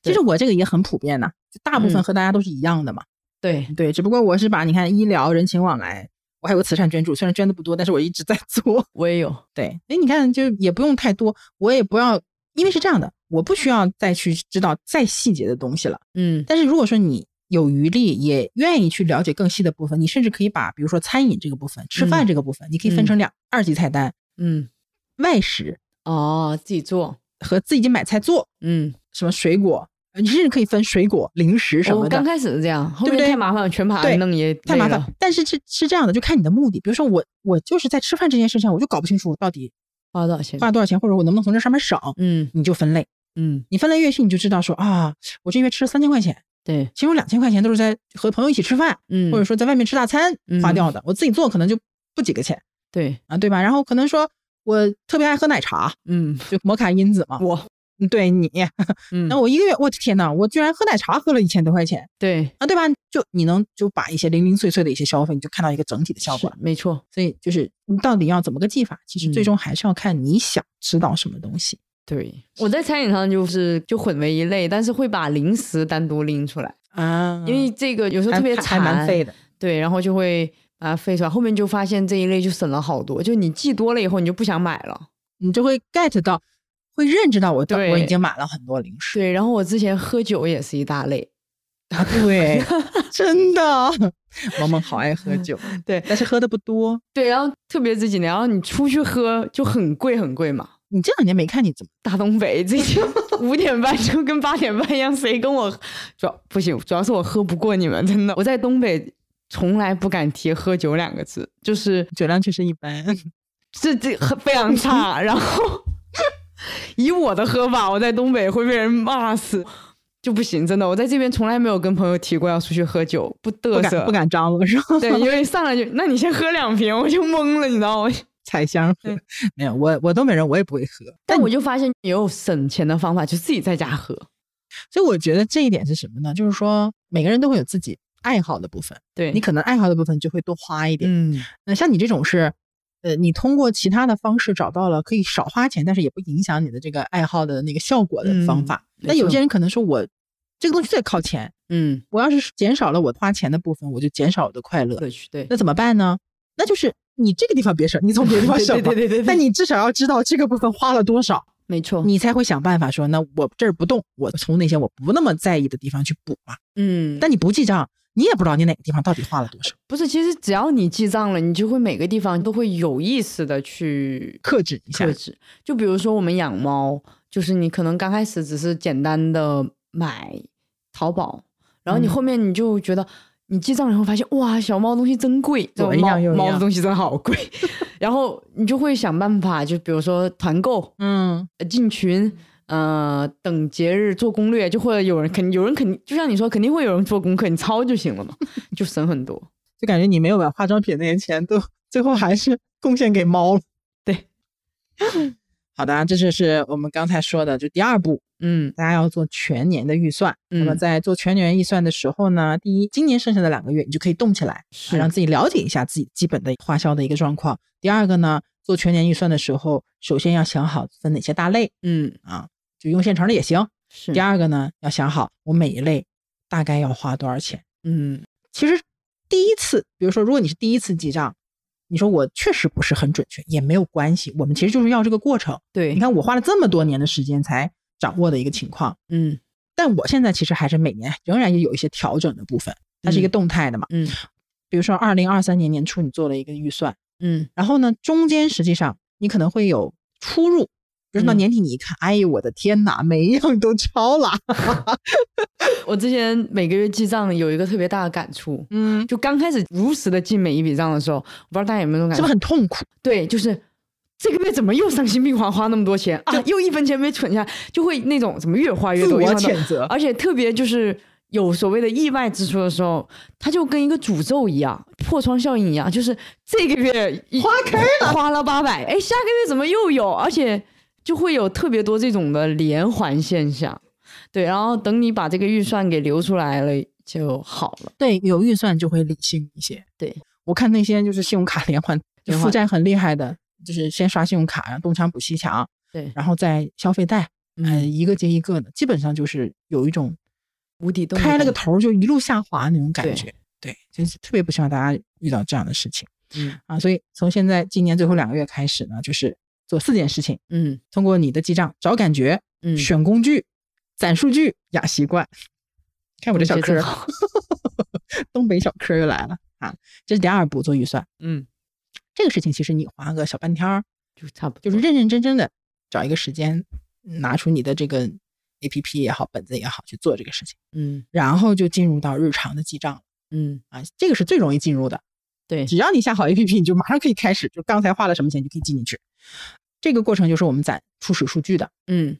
其实我这个也很普遍呐、就大部分嗯和大家都是一样的嘛。对，对，只不过我是把你看医疗、人情往来，我还有慈善捐助，虽然捐的不多，但是我一直在做。我也有。对，哎，你看，就也不用太多，我也不要，因为是这样的，我不需要再去知道再细节的东西了。嗯但是如果说你有余力，也愿意去了解更细的部分，你甚至可以把，比如说餐饮这个部分、吃饭嗯这个部分，你可以嗯分成两、二级菜单、嗯，外食哦，自己做。和自己买菜做。嗯什么水果，呃你甚至可以分水果、零食什我么的刚。开始是这样，后对不面对太麻烦了，全盘对弄也太麻累了烦，但是是是这样的，就看你的目的。比如说我，我就是在吃饭这件事上，我就搞不清楚我到底花了多少钱？花了多少钱，或者我能不能从这上面省，嗯你就分类。嗯，你分类越细，你就知道说啊，我这月吃了三千块钱，对，其中两千块钱都是在和朋友一起吃饭，嗯，或者说在外面吃大餐嗯花掉的。我自己做可能就不几个钱对，啊，对吧？然后可能说我特别爱喝奶茶， 嗯，就摩卡因子嘛。我，嗯对你，嗯，那我一个月，我的天呐，我居然喝奶茶喝了一千多块钱对，啊，对吧？就你能就把一些零零碎碎的一些消费，你就看到一个整体的效是果。没错，所以就是你到底要怎么个记法，其实嗯最终还是要看你想吃到什么东西。对。我在餐饮上就是就混为一类，但是会把零食单独拎出来，啊因为这个有时候特别还蛮馋，费的。对，然后就会把它废出来。后面就发现这一类就省了好多，就你记多了以后你就不想买了。你就会 get 到，会认知到我到对我已经买了很多零食对，然后我之前喝酒也是一大类，啊， 对，真的，萌萌好爱喝酒， 对但是喝的不多。对，然后特别这几年，然后你出去喝就很贵很贵嘛。你这两年没看你怎么大东北这就五点半就跟八点半一样，谁跟我主要不行，主要是我喝不过你们，真的。我在东北从来不敢提喝酒两个字，就是酒量确实一般，这这很非 常差。然后以我的喝法，我在东北会被人骂死，就不行，真的。我在这边从来没有跟朋友提过要出去喝酒，不不嘚瑟，敢不。敢张罗是吧？ 对，因为上来就，那你先喝两瓶，我就懵了，你知道 吗？采香喝没有，我我东北人我也不会喝，但我就发现也有省钱的方法，就自己在家喝。所以我觉得这一点是什么呢？就是说每个人都会有自己爱好的部分，对你可能爱好的部分就会多花一点。嗯，那像你这种是，呃，你通过其他的方式找到了可以少花钱，但是也不影响你的这个爱好的那个效果的方嗯法。没那有些错人可能说我这个东西最靠前，嗯，我要是减少了我花钱的部分，我就减少我的快乐。乐趣对那怎么办呢？那就是你这个地方别省，你从别的地方省嘛。对对但你至少要知道这个部分花了多少，没错，你才会想办法说，那我这儿不动，我从那些我不那么在意的地方去补嘛。嗯，但但你不记账，你也不知道你哪个地方到底花了多少，不是，其实只要你记账了，你就会每个地方都会有意识的去克制一下克。制。就比如说我们养猫，就是你可能刚开始只是简单的买淘宝，然后你嗯后面你就觉得。你记账以后发现，哇，小猫东西真贵，左这一种猫样右一猫的样东西真好 贵。然后你就会想办法，就比如说团购，嗯，呃进群，呃，等节日做攻略，就会有人肯定有人肯定，就像你说，肯定会有人做功课，你抄就行了嘛， 就省很多。就感觉你没有把化妆品那些钱都最后还是贡献给猫了。对， 好的啊，这就是我们刚才说的，就第二步，嗯大家要做全年的预算。那么嗯在做全年预算的时候呢，第一，今年剩下的两个月你就可以动起来，啊是让自己了解一下自己基本的花销的一个状况。第二个呢，做全年预算的时候，首先要想好分哪些大类嗯啊，就用现成的也行。是第二个呢，要想好我每一类大概要花多少钱。嗯其实第一次，比如说，如果你是第一次记账，你说我确实不是很准确，也没有关系。我们其实就是要这个过程。对，你看，我花了这么多年的时间才掌握的一个情况，嗯但我现在其实还是每年仍然也有一些调整的部分，它是一个嗯动态的嘛。嗯比如说，二零二三年年初你做了一个预算，嗯然后呢，中间实际上你可能会有出入。比如说到嗯年底你一看，哎呦我的天哪，每一样都超了。我之前每个月记账有一个特别大的感触，嗯，就刚开始如实的记每一笔账的时候，我不知道大家有没有这种感 是觉，不是很痛苦？对，就是这个月怎么又丧心病狂花那么多钱啊，又一分钱没存下来，就会那种怎么越花越自多，我越花越多 谴责。而且特别就是有所谓的意外支出的时候，它就跟一个诅咒一样，破窗效应一样，就是这个月一花开了花了八百，哎，下个月怎么又有？而且就会有特别多这种的连环现象，对，然后等你把这个预算给留出来了就好了，对，有预算就会理性一些。对，我看那些就是信用卡 连环就连负环债很厉害的，就是先刷信用卡，然后东墙补西墙，对然后再消费贷，嗯、嗯，一个接一个的，基本上就是有一种无底洞的开了个感觉，头就一路下滑那种感对觉。对，就是特别不希望大家遇到这样的事情嗯啊！所以从现在今年最后两个月开始呢，就是做四件事情：嗯通过你的记账找感觉，嗯，选工具，攒数据，养习惯。看我这小总结科嗯真儿，好 东北小科儿又来了啊！这是第二步做预算，嗯，这个事情其实你花个小半天儿，就差不多，就是认认真真的找一个时间，嗯拿出你的这个 A P P 也好，本子也好去做这个事情，嗯然后就进入到日常的记账嗯，啊，这个是最容易进入的。对，只要你下好 A P P，你就马上可以开始，就刚才花了什么钱就可以记进去。这个过程就是我们攒初始数据的，嗯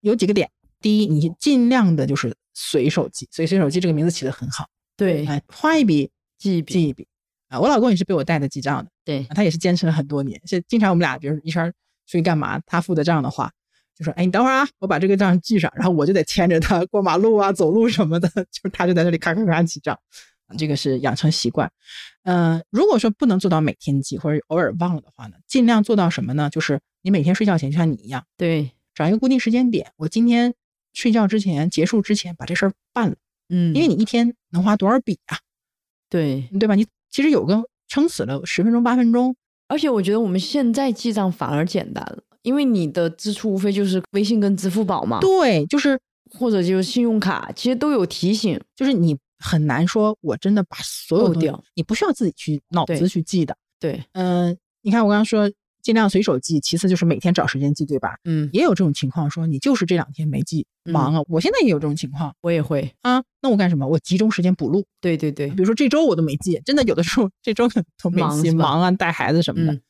有几个点。第一，你尽量的就是随手记，所以随手记这个名字起得很好，对，哎，花一笔记一笔，记一笔啊。我老公也是被我带的记账的，对啊他也是坚持了很多年。是经常我们俩，比如一圈儿出去干嘛，他付的账的话，就说：“哎，你等会儿啊，我把这个账记上。”然后我就得牵着他过马路啊、走路什么的，就是他就在这里咔咔咔记账。这个是养成习惯。嗯、如果说不能做到每天记，或者偶尔忘了的话呢，尽量做到什么呢？就是你每天睡觉前，就像你一样，对，找一个固定时间点，我今天睡觉之前、结束之前把这事儿办了，嗯，因为你一天能花多少笔啊？对，对吧？你其实有个撑死了十分钟、八分钟，而且我觉得我们现在记账反而简单了，因为你的支出无非就是微信跟支付宝嘛，对，就是或者就是信用卡，其实都有提醒。就是你很难说我真的把所有漏东西掉，你不需要自己去脑对子去记的。对，嗯、你看我刚刚说尽量随手记，其次就是每天找时间记，对吧？嗯，也有这种情况，说你就是这两天没记，嗯忙啊。我现在也有这种情况我也会。啊，那我干什么？我集中时间补录，对对对比，如说这周我都没记，真的有的时候这周可能都没忙记，是吧忙啊，带孩子什么的。嗯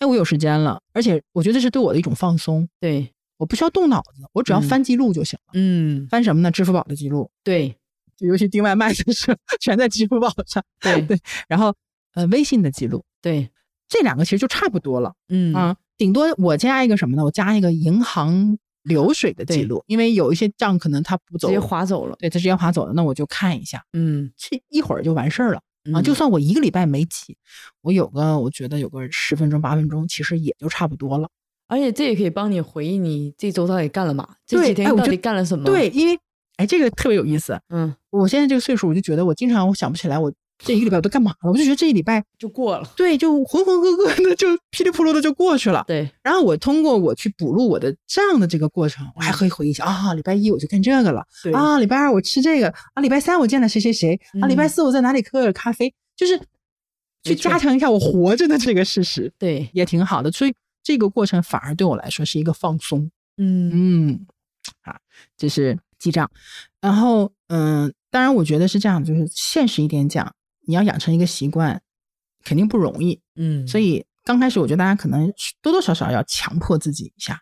哎，我有时间了，而且我觉得这是对我的一种放松，对，我不需要动脑子，我只要嗯翻记录就行了。嗯，翻什么呢？支付宝的记录，对就尤其订外卖的时候，全在支付宝上。 对对然后呃，微信的记录，对，这两个其实就差不多了嗯啊、顶多我加一个什么呢？我加一个银行流水的记对录，因为有一些账可能它不直走，接划走了。对，它直接划走了，那我就看一下，嗯这一会儿就完事儿了啊。嗯就算我一个礼拜没记，我有个我觉得有个十分钟八分钟，其实也就差不多了。而且这也可以帮你回忆你这周到底干了嘛，这对几哎天我到觉底得干了什么？对，，因为哎，这个特别有意思。嗯，我现在这个岁数，我就觉得我经常我想不起来我这一个礼拜我都干嘛了，我就觉得这一礼拜就过了。对，就浑浑噩噩的，就噼里扑噜的就过去了。对，然后我通过我去补录我的账的这个过程，我还可以回忆一下啊，礼拜一我就干这个了，对啊，礼拜二我吃这个，啊，礼拜三我见了谁谁谁，啊，礼拜嗯四我在哪里喝了咖啡，就是去没错加强一下我活着的这个事实，对，也挺好的。所以这个过程反而对我来说是一个放松。嗯嗯，啊，这是记账。然后，嗯，当然，我觉得是这样，就是现实一点讲，你要养成一个习惯，肯定不容易。嗯，所以刚开始，我觉得大家可能多多少少要强迫自己一下。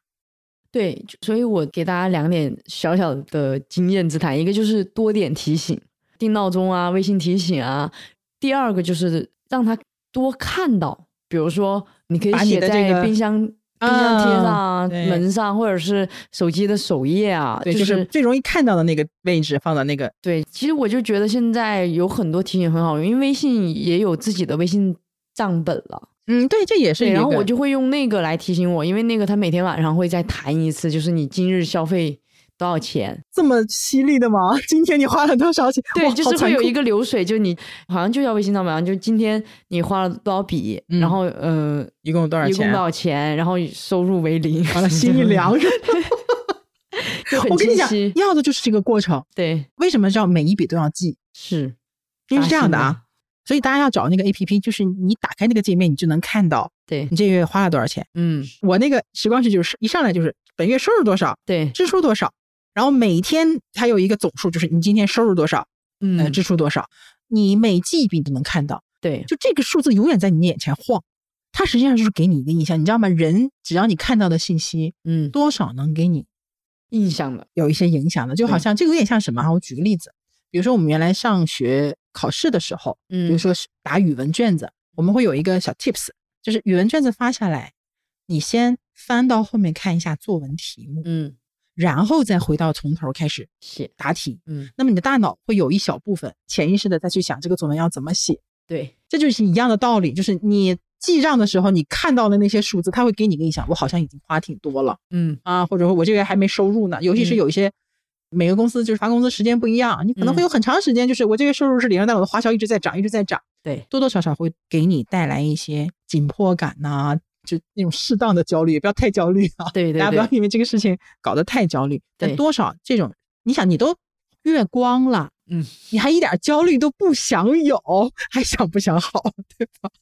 对，就所以我给大家两点小小的经验之谈，一个就是多点提醒，定闹钟啊、微信提醒啊；第二个就是让他多看到，比如说你可以把你写的这在个冰箱、冰箱贴上、啊、啊对门上，或者是手机的首页啊，对，就就是最容易看到的那个位置放到那个，对，其实我就觉得现在有很多提醒很好用，因为微信也有自己的微信账本了。嗯，对，这也是一对，个。然后我就会用那个来提醒我，因为那个他每天晚上会再弹一次，就是你今日消费多少钱。这么犀利的吗？ 今天你花了多少钱？对，哇就好是残会有酷一个流水，就你好像就叫微信账本上，就今天你花了多少笔，然嗯后呃，一共有多少一共钱啊多？少钱，然后收入为零。完了，心一，凉。 就很我跟你清讲，晰。要的就是这个过程。对，为什么叫每一笔都要记？是，因为是这样的打啊新，所以大家要找那个 A P P，就是你打开那个界面，你就能看到对你，这个月花了多少钱。嗯，我那个时光是就是一上来就是本月收入多少，对，支出多少，然后每天它有一个总数，就是你今天收入多少，呃，嗯，支出多少，你每记一笔你都能看到，对，就这个数字永远在你眼前晃。它实际上就是给你一个印象，你知道吗？人只要你看到的信息嗯，多少能给你印象的，有一些影响的，就好对像这个有点像什么啊？我举个例子，比如说我们原来上学考试的时候，嗯，比如说是答语文卷子，我们会有一个小 tips，就是语文卷子发下来，你先翻到后面看一下作文题目，嗯，然后再回到从头开始写，答题。嗯，那么你的大脑会有一小部分潜意识的再去想这个作文要怎么写，对，这就是一样的道理，就是你记账的时候，你看到的那些数字，它会给你一个印象，我好像已经花挺多了嗯，啊，或者说我这个月还没收入呢，尤其是嗯有一些。每个公司就是发工资时间不一样，你可能会嗯有很长时间，就是我这个收入是零，但我的花销一直在涨，一直在涨。对，多多少少会给你带来一些紧迫感呐、就那种适当的焦虑，也不要太焦虑啊。对对大家不要对，因为这个事情搞得太焦虑。但对多少这种，你想你都月光了，嗯，你还一点焦虑都不想有，还想不想好？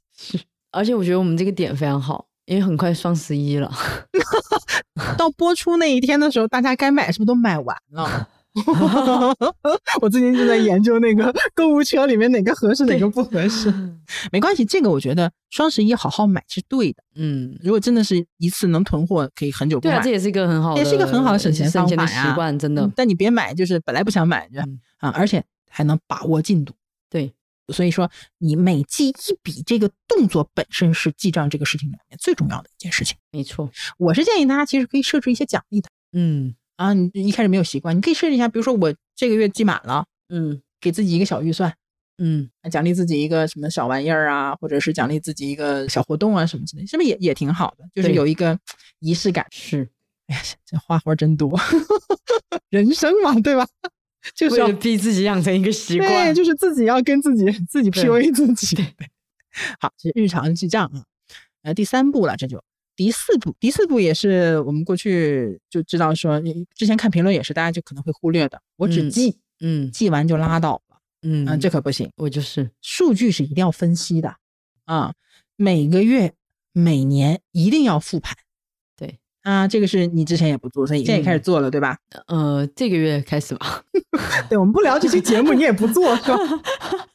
而且我觉得我们这个点非常好，因为很快双十一了，到播出那一天的时候，大家该买是不是都买完 了？我最近就在研究那 个购物车里面哪个合适，哪个不合适。没关系，这个我觉得双十一好好买是对的。嗯，如果真的是一次能囤货，可以很久不对买。啊，这也是一个很好的，也是一个很好的省钱省钱的方法呀习惯，真的嗯。但你别买，就是本来不想买就、嗯啊，而且还能把握进度。对，所以说你每记一笔，这个动作本身是记账这个事情里面最重要的一件事情。没错。我是建议大家其实可以设置一些奖励的嗯啊，你一开始没有习惯，你可以设置一下，比如说我这个月记满了，嗯给自己一个小预算，啊嗯，奖励自己一个什么小玩意儿啊，或者是奖励自己一个小活动啊什么之类，是不是也也挺好的？就是对有一个仪式感。是哎呀，这花活真多， 人生嘛，对吧？就是为要了逼自己养成一个习对，惯。就是自己要跟自己自己对 PUA 自己。对， 好，这日常记账啊，呃，第三步了，这就第四步，第四步也是我们过去就知道说，之前看评论也是，大家就可能会忽略的，我只嗯记，嗯记完就拉倒了，嗯嗯、这可不行，我就是数据是一定要分析的啊，每个月、每年一定要复盘。对啊，这个是你之前也不做，所以现在也开始做了，对吧？呃，这个月开始吧。 对，我们不聊这期节目，你也不做，是吧？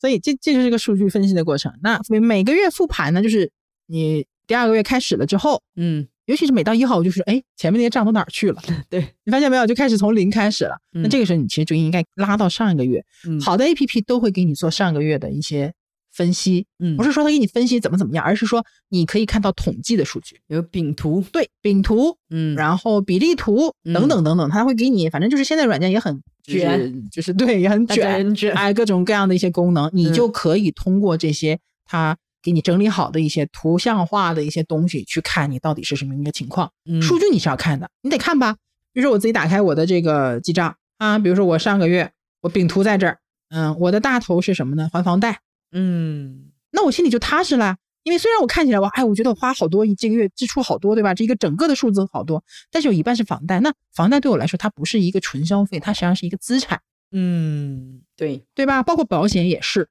所以这这就是一个数据分析的过程。那每每个月复盘呢，就是你第二个月开始了之后，嗯，尤其是每到一号，我就是哎，前面那些账都哪儿去了？ 对，你发现没有？就开始从零开始了。那嗯这个时候你其实就应该拉到上一个月。嗯好的 A P P 都会给你做上个月的一些分析，嗯，不是说它给你分析怎么怎么样，而是说你可以看到统计的数据，有饼图，对饼图，嗯，然后比例图等等等等，它会给你，反正就是现在软件也很嗯就是卷，就是对也很大家卷，人卷，哎，各种各样的一些功能，你嗯就可以通过这些它给你整理好的一些图像化的一些东西，去看你到底是什么一个情况。嗯数据你是要看的，你得看吧。比如说我自己打开我的这个记账啊，比如说我上个月我饼图在这儿，嗯，我的大头是什么呢？还房贷，嗯那我心里就踏实了。因为虽然我看起来我哎，我觉得我花好多，这个月支出好多，对吧？这一个整个的数字好多，但是有一半是房贷。那房贷对我来说，它不是一个纯消费，它实际上是一个资产，嗯，对，对吧？包括保险也是，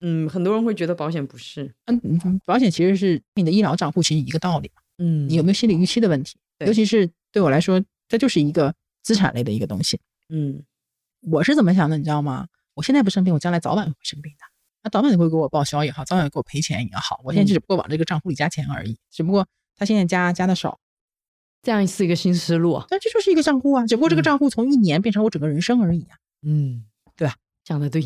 嗯，很多人会觉得保险不是，嗯，嗯保险其实是你的医疗账户，其实一个道理嘛。嗯，你有没有心理预期的问题？对尤其是对我来说，这就是一个资产类的一个东西。嗯我是怎么想的，你知道吗？我现在不生病，我将来早晚会生病的。那早晚会给我报销也好，早晚给我赔钱也好，我现在嗯只不过往这个账户里加钱而已，只不过他现在加加的少，这样是一个新思路啊，但这就是一个账户啊，只不过这个嗯账户从一年变成我整个人生而已啊。嗯，对吧？讲的对，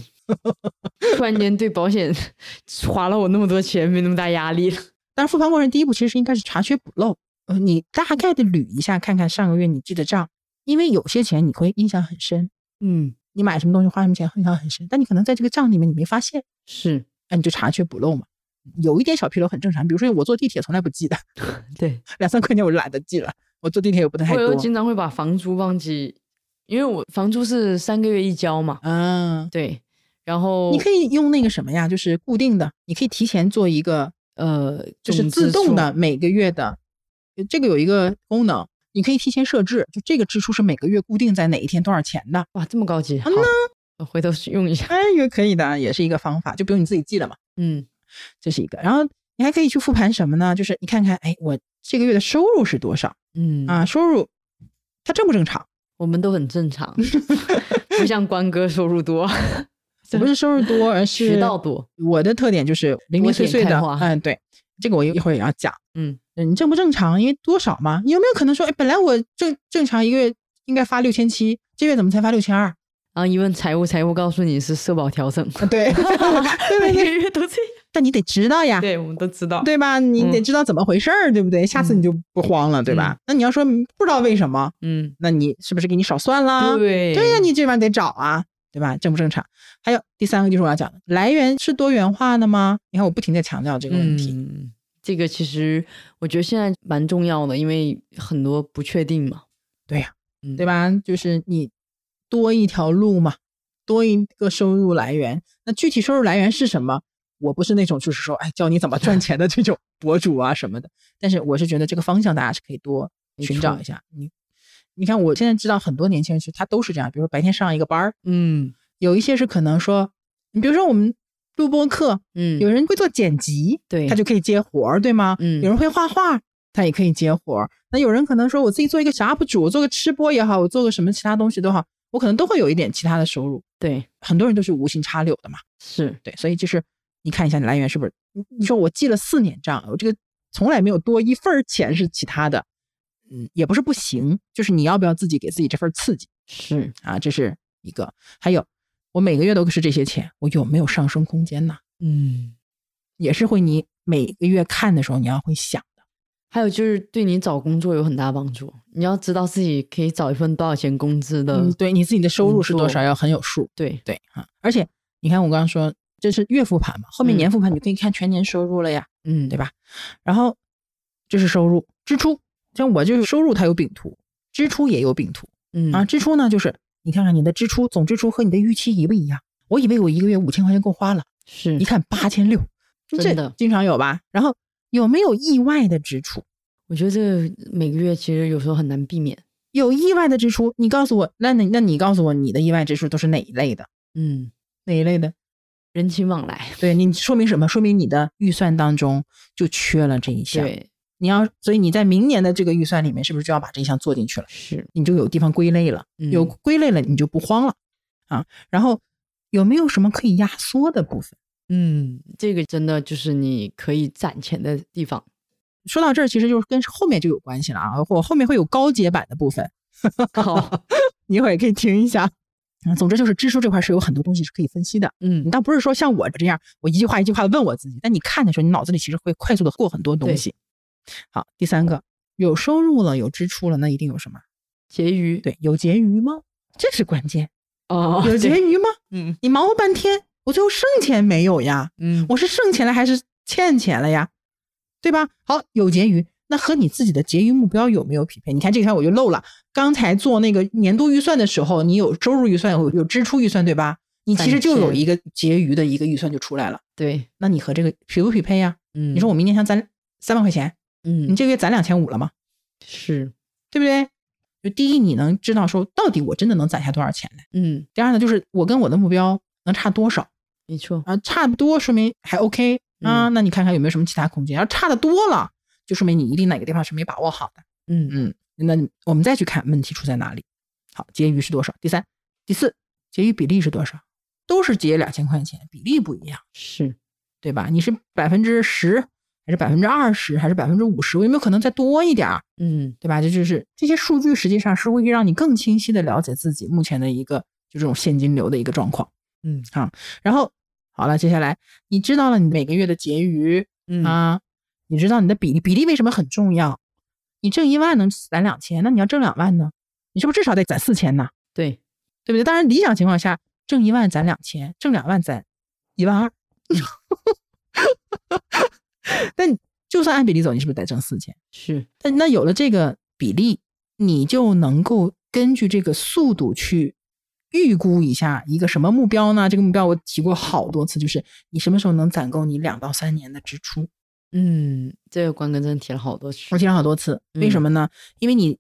突然间对保险 花了我那么多钱，没那么大压力了。但是复盘过程第一步其实是应该是查缺补漏，呃，你大概的捋一下，看看上个月你记的账，因为有些钱你会印象很深，嗯，你买什么东西花什么钱印象很深，但你可能在这个账里面你没发现，是那你就查缺补漏嘛。有一点小纰漏很正常，比如说我坐地铁从来不记的，对，两三块钱我懒得记了，我坐地铁也不太我又。多经常会把房租忘记，因为我房租是三个月一交嘛，嗯，对，然后你可以用那个什么呀，就是固定的，你可以提前做一个，呃，就是总自支动出的，每个月的，呃这个有一个功能，你可以提前设置，就这个支出是每个月固定在哪一天多少钱的。哇，这么高级，好嗯呐，我回头去用 一下，哎，也可以的，也是一个方法。就比如你自己记了嘛，嗯这是一个。然后你还可以去复盘什么呢？就是你看看，哎，我这个月的收入是多少嗯啊？收入它正不正常？我们都很正 常，不像关哥收入多，我不是收入多，而是嗯 渠道多。我的特点就是零零碎碎多点的开花，嗯，对，这个我一会儿也要讲。嗯你正不正常？因为多少嘛？你有没有可能说，哎，本来我正正常一个月应该发六千七，这月怎么才发六千二？ 然后一问财务，财务告诉你是社保调整， 对，对啊对每个对，月都这样。但你得知道呀，对，我们都知道。对吧？你得嗯知道怎么回事儿，对不对？下次你就不慌了，对吧？那你要说不知道为什么，嗯，那你是不是给你少算啦？对，啊对呀、你这玩意儿得找啊，对吧？正不正常？还有第三个就是我要讲的，来源是多元化的吗？你看我不停的强调这个问题，嗯，这个其实我觉得现在蛮重要的，因为很多不确定嘛。对呀嗯，对吧？就是你多一条路嘛，多一个收入来源。那具体收入来源是什么？我不是那种就是说，哎，教你怎么赚钱的这种博主啊什么的。但是我是觉得这个方向大家是可以多没寻找错一下。你你看，我现在知道很多年轻人其实他都是这样，比如说白天上一个班儿，嗯有一些是可能说，你比如说我们录播课，嗯，有人会做剪辑，对他就可以接活儿，对吗？嗯有人会画画，他也可以接活儿。那有人可能说，我自己做一个小 UP 主，我做个吃播也好，我做个什么其他东西都好，我可能都会有一点其他的收入。对很多人都是无心插柳的嘛，是，对，所以就是你看一下你来源是不是？你你说我记了四年账，我这个从来没有多一份儿钱是其他的，嗯，也不是不行，就是你要不要自己给自己这份儿刺激是，啊？这是一个。还有，我每个月都是这些钱，我有没有上升空间呢？嗯，也是会你每个月看的时候你要会想的，还有就是对你找工作有很大帮助，你要知道自己可以找一份多少钱工资的，嗯，对你自己的收入是多工作少要很有数，对对啊。而且你看我刚刚说这是月复盘嘛，后面嗯年复盘你就可以看全年收入了呀。嗯对吧然后这是收入，支出，像我就是收入它有饼图，支出也有饼图嗯啊。支出呢，就是你看看你的支出总支出和你的预期一不一样？我以为我一个月五千块钱够花了，是一，看八千六，嗯真这的经常有吧？然后有没有意外的支出？我觉得这个每个月其实有时候很难避免，有意外的支出，你告诉我，那你那你告诉我你的意外支出都是哪一类的？嗯，哪一类的？人情往来，对你说明什么？说明你的预算当中就缺了这一项。对，你要，所以你在明年的这个预算里面，是不是就要把这一项做进去了？是，你就有地方归类了，嗯有归类了你就不慌了啊。然后有没有什么可以压缩的部分？嗯，这个真的就是你可以攒钱的地 方，说到这儿，其实就是跟后面就有关系了啊。我后面会有高阶版的部分，好，你一会儿也可以听一下。嗯，总之就是支出这块是有很多东西是可以分析的。嗯你，倒不是说像我这样，我一句话一句话问我自己，但你看的时候，你脑子里其实会快速的过很多东西。好，第三个，有收入了，有支出了，那一定有什么？结余，，对，有结余吗？这是关键，哦，有结对，余吗？嗯你忙活半天，我最后剩钱没有呀？嗯，我是剩钱了还是欠钱了呀？对吧？好，有结余，那和你自己的结余目标有没有匹配？你看这条我就漏了。刚才做那个年度预算的时候，你有收入预算，有有支出预算，对吧？你其实就有一个结余的一个预算就出来了。对，那你和这个匹不匹配呀？嗯，你说我明年想攒三万块钱，你嗯，这个月攒两千五了吗？是，对不对？就第一，你能知道说到底我真的能攒下多少钱来；嗯，第二呢，就是我跟我的目标能差多少。没错，啊，差不多说明还 OK 啊，嗯那你看看有没有什么其他空间？要差的多了，就说明你一定哪个地方是没把握好的。嗯，嗯，那你我们再去看问题出在哪里。好，结余是多少？第三、第四，结余比例是多少？都是结两千块钱，比例不一样，是，对吧？你是百分之十，还是百分之二十，还是百分之五十？我有没有可能再多一点儿？嗯，对吧？这就是这些数据实际上是会让你更清晰的了解自己目前的一个就这种现金流的一个状况。嗯啊，然后好了，接下来你知道了你每个月的结余、嗯，啊，你知道你的比例，比例为什么很重要？你挣一万能攒两千，那你要挣两万呢？你是不是至少得攒四千呢？对，对不对？当然理想情况下，挣一万攒两千，挣两万攒一万二。 但就算按比例走，你是不是得挣四千？是，但那有了这个比例，你就能够根据这个速度去预估一下一个什么目标呢？这个目标我提过好多次，就是你什么时候能攒够你两到三年的支出。嗯，这个关哥真的提了好多次我，提了好多次，为什嗯么呢？因为你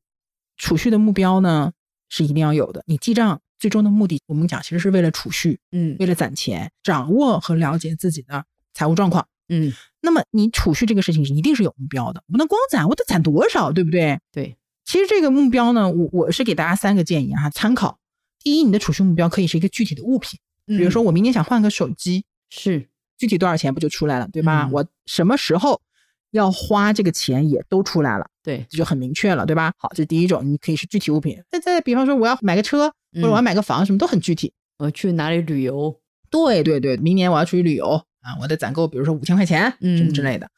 储蓄的目标呢是一定要有的，你记账最终的目的，我们讲其实是为了储蓄，嗯为了攒钱，掌握和了解自己的财务状况。嗯，那么你储蓄这个事情是一定是有目标的，我不能光攒，我得攒多少，对不对？对，其实这个目标呢，我我是给大家三个建议哈、参考。第一，你的储蓄目标可以是一个具体的物品，比比如说我明年想换个手机，嗯是，具体多少钱不就出来了，对吧？嗯我什么时候要花这个钱也都出来了，对，这就很明确了，对吧？好，这是第一种，你可以是具体物品。那再比方说我要买个车，或者我要嗯买个房，什么都很具体。我去哪里旅游，对对对，明年我要出去旅游啊，我得攒够，比如说五千块钱，什么之嗯类的。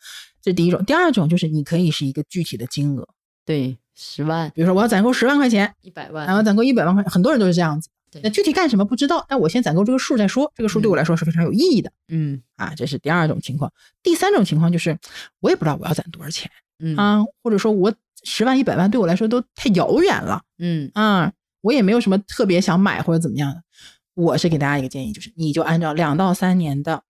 这是第一种，第二种就是你可以是一个具体的金额，对，十万、比如说我要攒够十万块钱，一百然后万，攒够一百万块，很多人都是这样子对。那具体干什么不知道，但我先攒够这个数再说。这个数对我来说是非常有意义的、嗯啊，这是第二种情况。第三种情况就是，我也不知道我要攒多少钱嗯啊，或者说我十万、一百万对我来说都太遥远了嗯啊，我也没有什么特别想买或者怎么样的。我是给大家一个建议，就是你就按照两到三年的，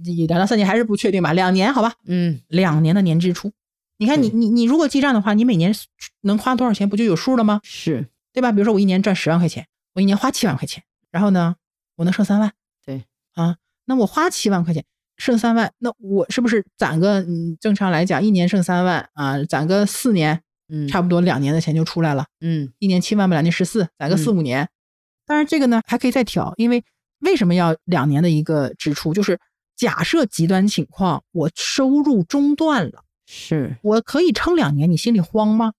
你两到三年还是不确定吧，两年好吧，嗯，两年的年支出。你看你对你你如果记账的话，你每年能花多少钱不就有数了吗？是，对吧？比如说我一年赚十万块钱，我一年花七万块钱，然后呢，我能剩三万，对啊，那我花七万块钱，剩三万，那我是不是攒个？嗯，正常来讲，一年剩三万啊，攒个四年，嗯，差不多两年的钱就出来了。嗯一年七万吧，两年十四，攒个四五年。当然，这个呢还可以再调，因为为什么要两年的一个支出？就是假设极端情况，我收入中断了，是我可以撑两年，你心里慌吗？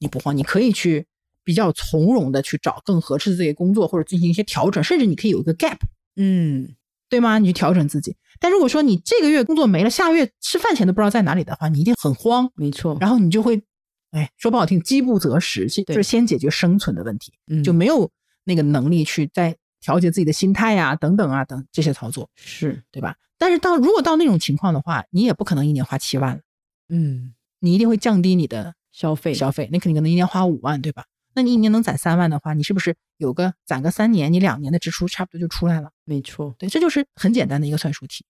你不慌，你可以去比较从容的去找更合适自己的工作，或者进行一些调整，甚至你可以有一个 gap，嗯对吗？你去调整自己。但如果说你这个月工作没了，下个月吃饭钱都不知道在哪里的话，你一定很慌，没错，然后你就会，哎，说不好听，饥不择食，其实就对是先解决生存的问题。后就没有那个能力去再调节自己的心态呀、等等啊等这些操作，是对吧？但是到如果到那种情况的话，你也不可能一年花七万了，嗯你一定会降低你的消费消费，那肯定可能一年花五万，对吧？那你一年能攒三万的话，你是不是有个攒个三年，你两年的支出差不多就出来了？没错，对，这就是很简单的一个算术题，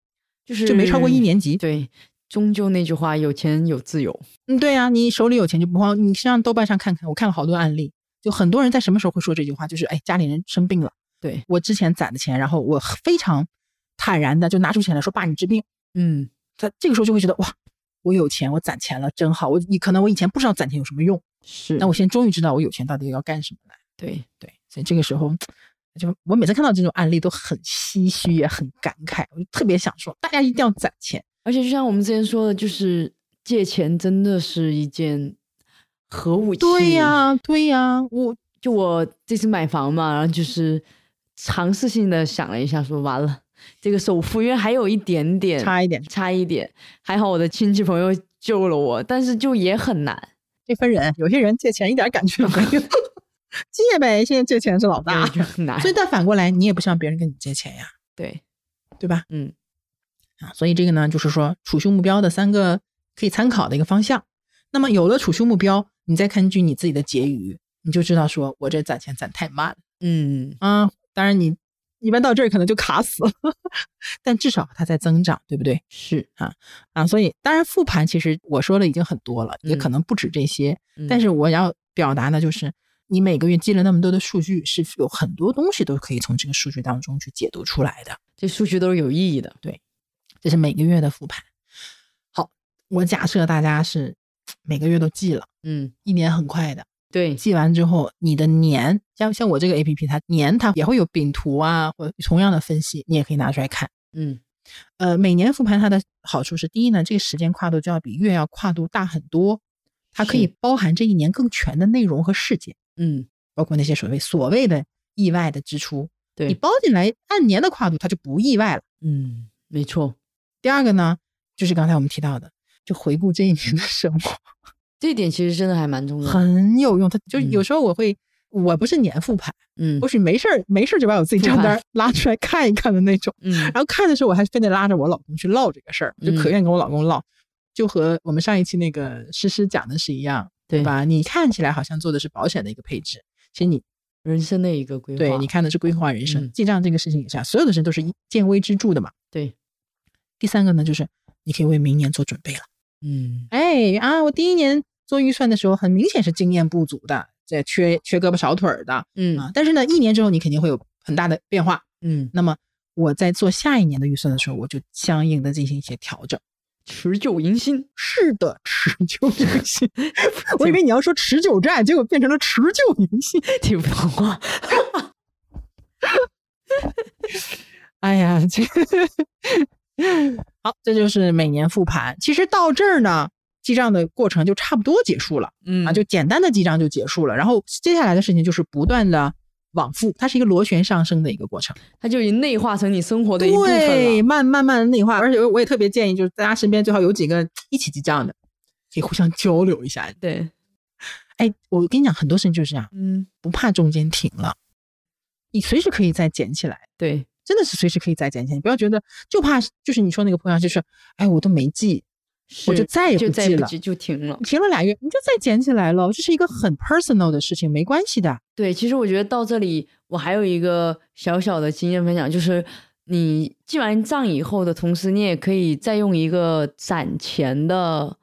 就是就没超过一年级。对，终究那句话，有钱有自由。嗯，对呀、你手里有钱就不慌。你上豆瓣上看看，我看了好多案例，就很多人在什么时候会说这句话，就是哎，家里人生病了。对，我之前攒的钱，然后我非常坦然的就拿出钱来说：“爸，你治病。嗯，”他这个时候就会觉得哇，我有钱，我攒钱了，真好。我你可能我以前不知道攒钱有什么用，是那我现在终于知道我有钱到底要干什么了。对对，所以这个时候，就我每次看到这种案例都很唏嘘，也很感慨，我就特别想说，大家一定要攒钱。而且就像我们之前说的，就是借钱真的是一件核武器。对呀、对呀、我就我这次买房嘛，然后就是尝试性的想了一下，说完了，这个首付因为还有一点点差一点，差一点，还好我的亲戚朋友救了我，但是就也很难。这分人，有些人借钱一点感觉没有， 借呗，现在借钱是老大。对就很难啊 所。以但反过来，你也不希望别人跟你借钱呀，对，对吧？嗯啊，所以这个呢，就是说储蓄目标的三个可以参考的一个方向。那么有了储蓄目标，你再根据你自己的结余，你就知道说我这攒钱攒太慢了嗯，啊。当然你一般到这儿可能就卡死了， 但至少它在增长，对不对？是，啊，所以当然复盘其实我说的已经很多了，也可嗯能不止这些，嗯但是我要表达的就是，你每个月积了那么多的数据，是有很多东西都可以从这个数据当中去解读出来的。这数据都是有意义的。这是每个月的复盘。好，我假设大家是每个月都记了，嗯，一年很快的，对，记完之后，你的年，像像我这个 A P P，它年它也会有饼图啊，或者同样的分析，你也可以拿出来看。嗯呃，每年复盘它的好处是，第一呢，这个时间跨度就要比月要跨度大很多，它可以是包含这一年更全的内容和事件，嗯，包括那些所谓所谓的意外的支出，你对，包进来按年的跨度，它就不意外了。嗯，没错，第二个呢，就是刚才我们提到的，就回顾这一年的生活，这一点其实真的还蛮重要的。很有用。它就嗯有时候我会，我不是年复盘，嗯我是没事儿没事儿就把我自己复账单盘儿拉出来看一看的那种。嗯然后看的时候，我还非得拉着我老公去唠这个事儿，就嗯可愿跟我老公唠，就和我们上一期那个诗诗讲的是一样，对 对吧？你看起来好像做的是保险的一个配置，其实你人生的一个规划。对你看的是规划人生，嗯记账这个事情也是啊，所有的事都是一见微知著的嘛。对，第三个呢，就是你可以为明年做准备了。嗯哎啊，我第一年做预算的时候，很明显是经验不足的，这缺缺胳膊少腿儿的啊嗯。但是呢，一年之后你肯定会有很大的变化。嗯，那么我在做下一年的预算的时候，我就相应的进行一些调整。持久迎 新。是的，持久迎新。我以为你要说持久战，结果变成了持久迎新。 挺不懂啊。哎呀，这个好，这就是每年复盘。其实到这儿呢，记账的过程就差不多结束了 嗯啊，就简单的记账就结束了。然后接下来的事情就是不断的往复，它是一个螺旋上升的一个过程，它就已经内化成你生活的一部分对，了。慢慢慢内化。而且我也特别建议，就是大家身边最好有几个一起记账的，可以互相交流一下。对，哎，我跟你讲，很多事情就是这样，嗯，不怕中间停了，你随时可以再捡起来。对，真的是随时可以再捡起来，你不要觉得就怕就是你说那个朋友就是，哎，我都没记，我是就再也就不再记也不了，记就停了。停了俩月，你就再捡起来了，这是一个很 personal 的事情，没关系的。对，其实我觉得到这里，我还有一个小小的经验分享，就是你记完账以后的同时，你也可以再用一个攒钱的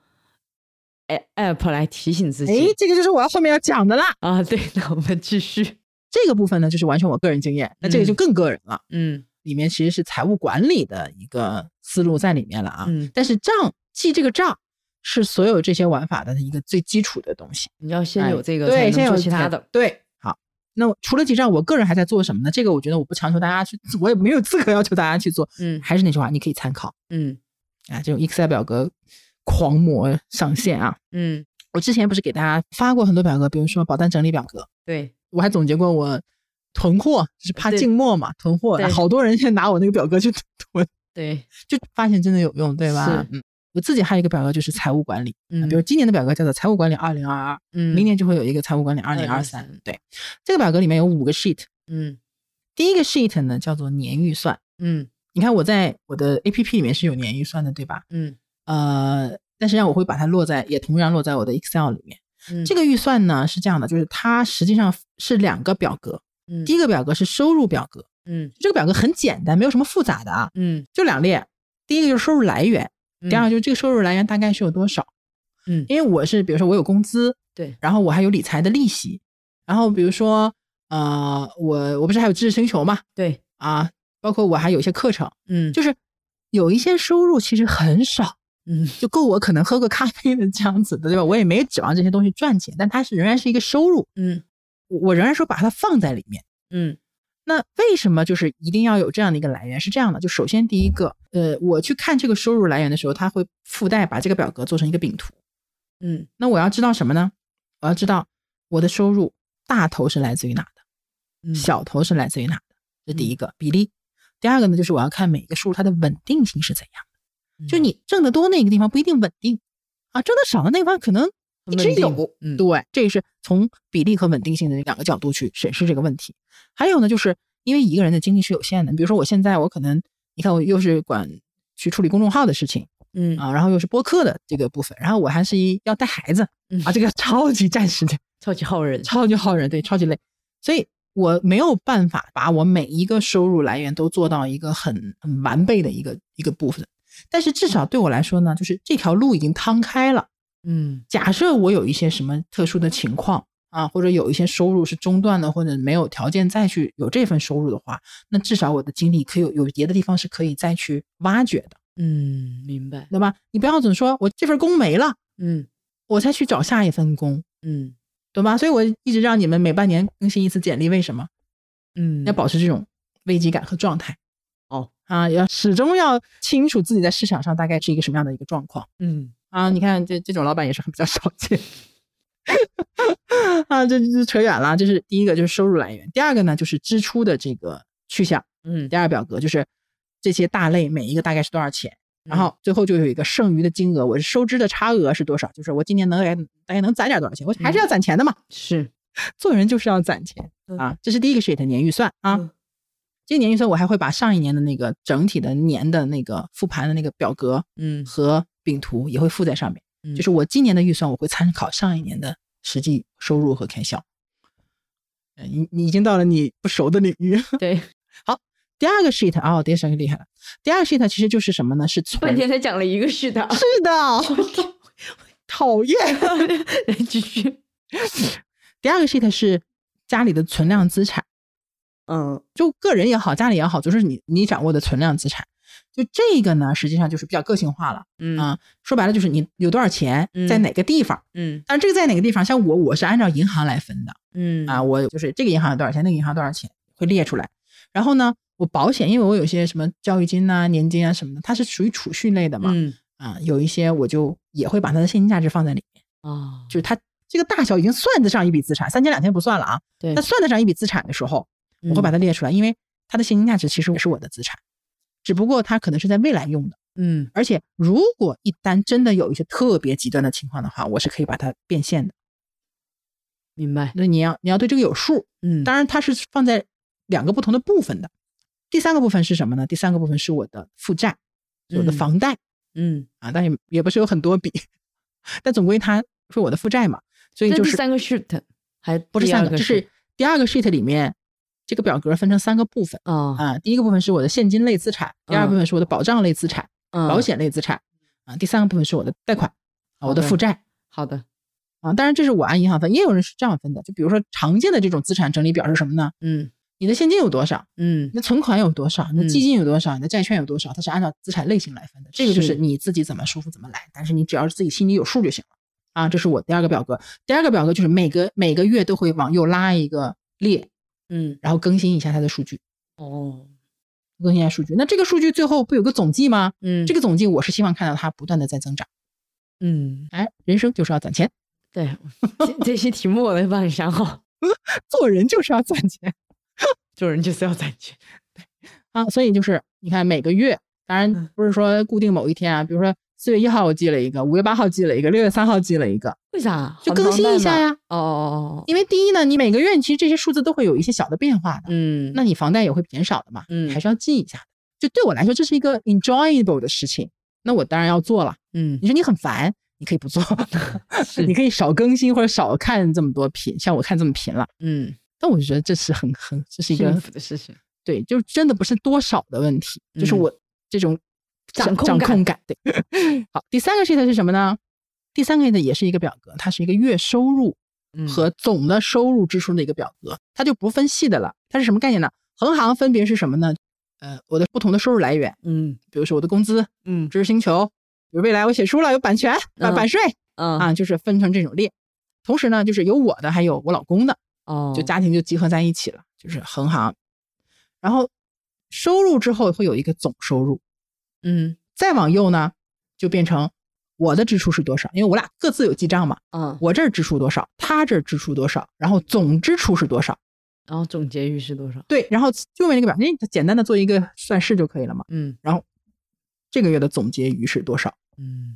a- app 来提醒自哎己。，这个就是我要后面要讲的啦。啊，对，那我们继续。这个部分呢，就是完全我个人经验，那这个就更个人了。嗯里面其实是财务管理的一个思路在里面了啊。嗯，但是账记这个账是所有这些玩法的一个最基础的东西。你要先哎有这个，才对，能先有做其他的。。对，好。那我除了记账，我个人还在做什么呢？这个我觉得我不强求大家去， 我也没有资格要求大家去做。嗯还是那句话，你可以参考嗯啊，这种 Excel 表格狂魔上线啊！嗯，我之前不是给大家发过很多表格，比如说保单整理表格，对，我还总结过我囤货，就是怕对静默嘛，囤货。对好多人现在拿我那个表格去 囤，对，就发现真的有用，对吧是？嗯，我自己还有一个表格就是财务管理，嗯，比如今年的表格叫做财务管理二零二二，嗯，明，年就会有一个财务管理二零二2023三。对，这个表格里面有五个 sheet，嗯第一个 sheet 呢叫做年预算。嗯你看我在我的 A P P 里面是有年预算的，对吧？嗯呃，但实际上我会把它落在，也同样落在我的 Excel 里面。嗯，这个预算呢是这样的，就是它实际上是两个表格，嗯，第一个表格是收入表格，嗯这个表格很简单，没有什么复杂的啊，嗯，就两列，第一个就是收入来源，嗯第二个就是这个收入来源大概是有多少。嗯因为我是比如说我有工资，对，然后我还有理财的利息，然后比如说呃，我我不是还有知识星球嘛对，啊，包括我还有一些课程，嗯就是有一些收入其实很少，嗯就够我可能喝个咖啡的这样子的，对吧？我也没指望这些东西赚钱，但它是仍然是一个收入，嗯我我仍然说把它放在里面。嗯那为什么就是一定要有这样的一个来源？是这样的，就首先第一个，呃，我去看这个收入来源的时候，它会附带把这个表格做成一个饼图。嗯那我要知道什么呢？我要知道我的收入大头是来自于哪的，嗯，小头是来自于哪的，这第一个比例。第二个呢，就是我要看每一个收入它的稳定性是怎样的。嗯就你挣得多那个地方不一定稳定啊，挣得少的那个地方可能一直有。嗯对，这是从比例和稳定性的两个角度去审视这个问题。还有呢，就是因为一个人的精力是有限的，比如说我现在我可能，你看我又是管去处理公众号的事情嗯啊，然后又是播客的这个部分，然后我还是一要带孩子嗯啊，这个 超级占时间，超级耗人，超级耗人，对，超级累，所以。我没有办法把我每一个收入来源都做到一个很很完备的一个一个部分，但是至少对我来说呢，就是这条路已经趟开了，嗯假设我有一些什么特殊的情况啊，或者有一些收入是中断的，或者没有条件再去有这份收入的话，那至少我的精力可以有有别的地方是可以再去挖掘的，嗯，明白，对吧？你不要总说我这份工没了，嗯我才去找下一份工，嗯对吧？所以我一直让你们每半年更新一次简历，为什么？嗯，要保持这种危机感和状态。哦啊，要始终要清楚自己在市场上大概是一个什么样的一个状况。嗯啊，你看这这种老板也是很比较少见。 啊，这这扯远了。这是第一个，就是收入来源；第二个呢，就是支出的这个去向。嗯第二表格就是这些大类每一个大概是多少钱，嗯然后最后就有一个剩余的金额，我是收支的差额是多少？就是我今年能大概能攒点多少钱？我还嗯是要攒钱的嘛，是做人就是要攒钱嗯啊。这是第一个 sheet 年预算啊。嗯这个年预算我还会把上一年的那个整体的年的那个复盘的那个表格， 嗯和饼图也会附在上面。嗯就是我今年的预算，我会参考上一年的实际收入和开销。呃你你已经到了你不熟的领域。 对，第二个 sheet 啊、哦，第三个厉害了。第二个 sheet 其实就是什么呢？是存。 半天才讲了一个是的，是的， 讨厌。 来继 续，第二个 sheet 是家里的存量资产，嗯就个人也好，家里也好，就是你你掌握的存量资产。就这个呢，实际上就是比较个性化了嗯啊、说白了就是你有多少钱嗯，在哪个地方。嗯但是这个在哪个地方？像我，我是按照银行来分的。嗯啊，我就是这个银行有多少钱，那个银行多少钱，会列出来。然后呢，我保险，因为我有些什么教育金呐、年金啊什么的，它是属于储蓄类的嘛，嗯啊，有一些我就也会把它的现金价值放在里面，啊，就是它这个大小已经算得上一笔资产，三千两千不算了啊，对嗯它，算得上一笔资产的时候，我会把它列出来，因为它的现金价值其实也是我的资产，只不过它可能是在未来用的。嗯而且，如果一旦真的有一些特别极端的情况的话，我是可以把它变现的。明白，那你要你要对这个有数，嗯当然它是放在两个不同的部分的。第三个部分是什么呢？第三个部分是我的负债，我的嗯房贷、嗯，啊，但也也不是有很多笔， 但总归它是我的负债嘛，所以那就第是三个 shoot 还不是第三二个，个这是第二个 sheet 里面这个表格分成三个部分啊啊。第一个部分是我的现金类资产，第二嗯部分是我的保障类资产、保嗯险类资产啊，第三个部分是我的贷款啊，我好的的负债。好的，啊，当然这是我按银行分，也有人是这样分的。就比如说常见的这种资产整理表是什么呢？嗯你的现金有多少，嗯你的存款有多少，你的嗯基金有多少，你的债券有多少，它是按照资产类型来分的。这个就是是你自己怎么舒服怎么来，但是你只要是自己心里有数就行了。啊，这是我第二个表格。第二个表格就是每个每个月都会往右拉一个列，嗯，然后更新一下它的数据，哦，更新一下数据。那这个数据最后不有个总计吗？嗯，这个，个总计我是希望看到它不断的在增长。嗯，哎，人生就是要攒钱， 对，这这些题目我都帮你想好，做人就是要攒钱。做人就是要攒钱，啊，所以就是你看每个月，当然嗯不是说固定某一天啊，比如说四月一号我记了一个，五月八号记了一个，六月三号记了一个， 为啥？就还更房新贷一下吗。呀。哦哦哦哦，因为第一呢，你每个月其实这些数字都会有一些小的变化的，嗯，那你房贷也会减少的嘛，嗯还是要记一下的。就对我来说，这是一个 enjoyable 的事情，那我当然要做了。嗯你说你很烦，你可以 不做，是你可以少更新或者少看这么多频，像我看这么频了。嗯，但我就觉得这是很很，这是一个幸福的事情，对，就是真的不是多少的问题，就是嗯我这种掌控掌感控感。对， 好，第三个 sheet 是什么呢？第三个 sheet 也是一个表格，它是一个月收入嗯和总的收入支出的一个表格，它就不分细的了。它是什么概念呢？横行分别是什么呢？呃，我的不同的收入来源，嗯比如说我的工资、嗯知识星球，比如未来我写书了有版权、版嗯版税啊啊，就是分成这种列。同时呢，就是有我的，还有我老公的。哦，就家庭就集合在一起了，就是横行。然后收入之后会有一个总收入，嗯再往右呢就变成我的支出是多少，因为我俩各自有记账嘛，啊，我这儿支出多少，他这儿支出多少，然后总支出是多少，然后总结余是多少？对，然后就为那个表，因为简单的做一个算式就可以了嘛。嗯然后这个月的总结余是多少，嗯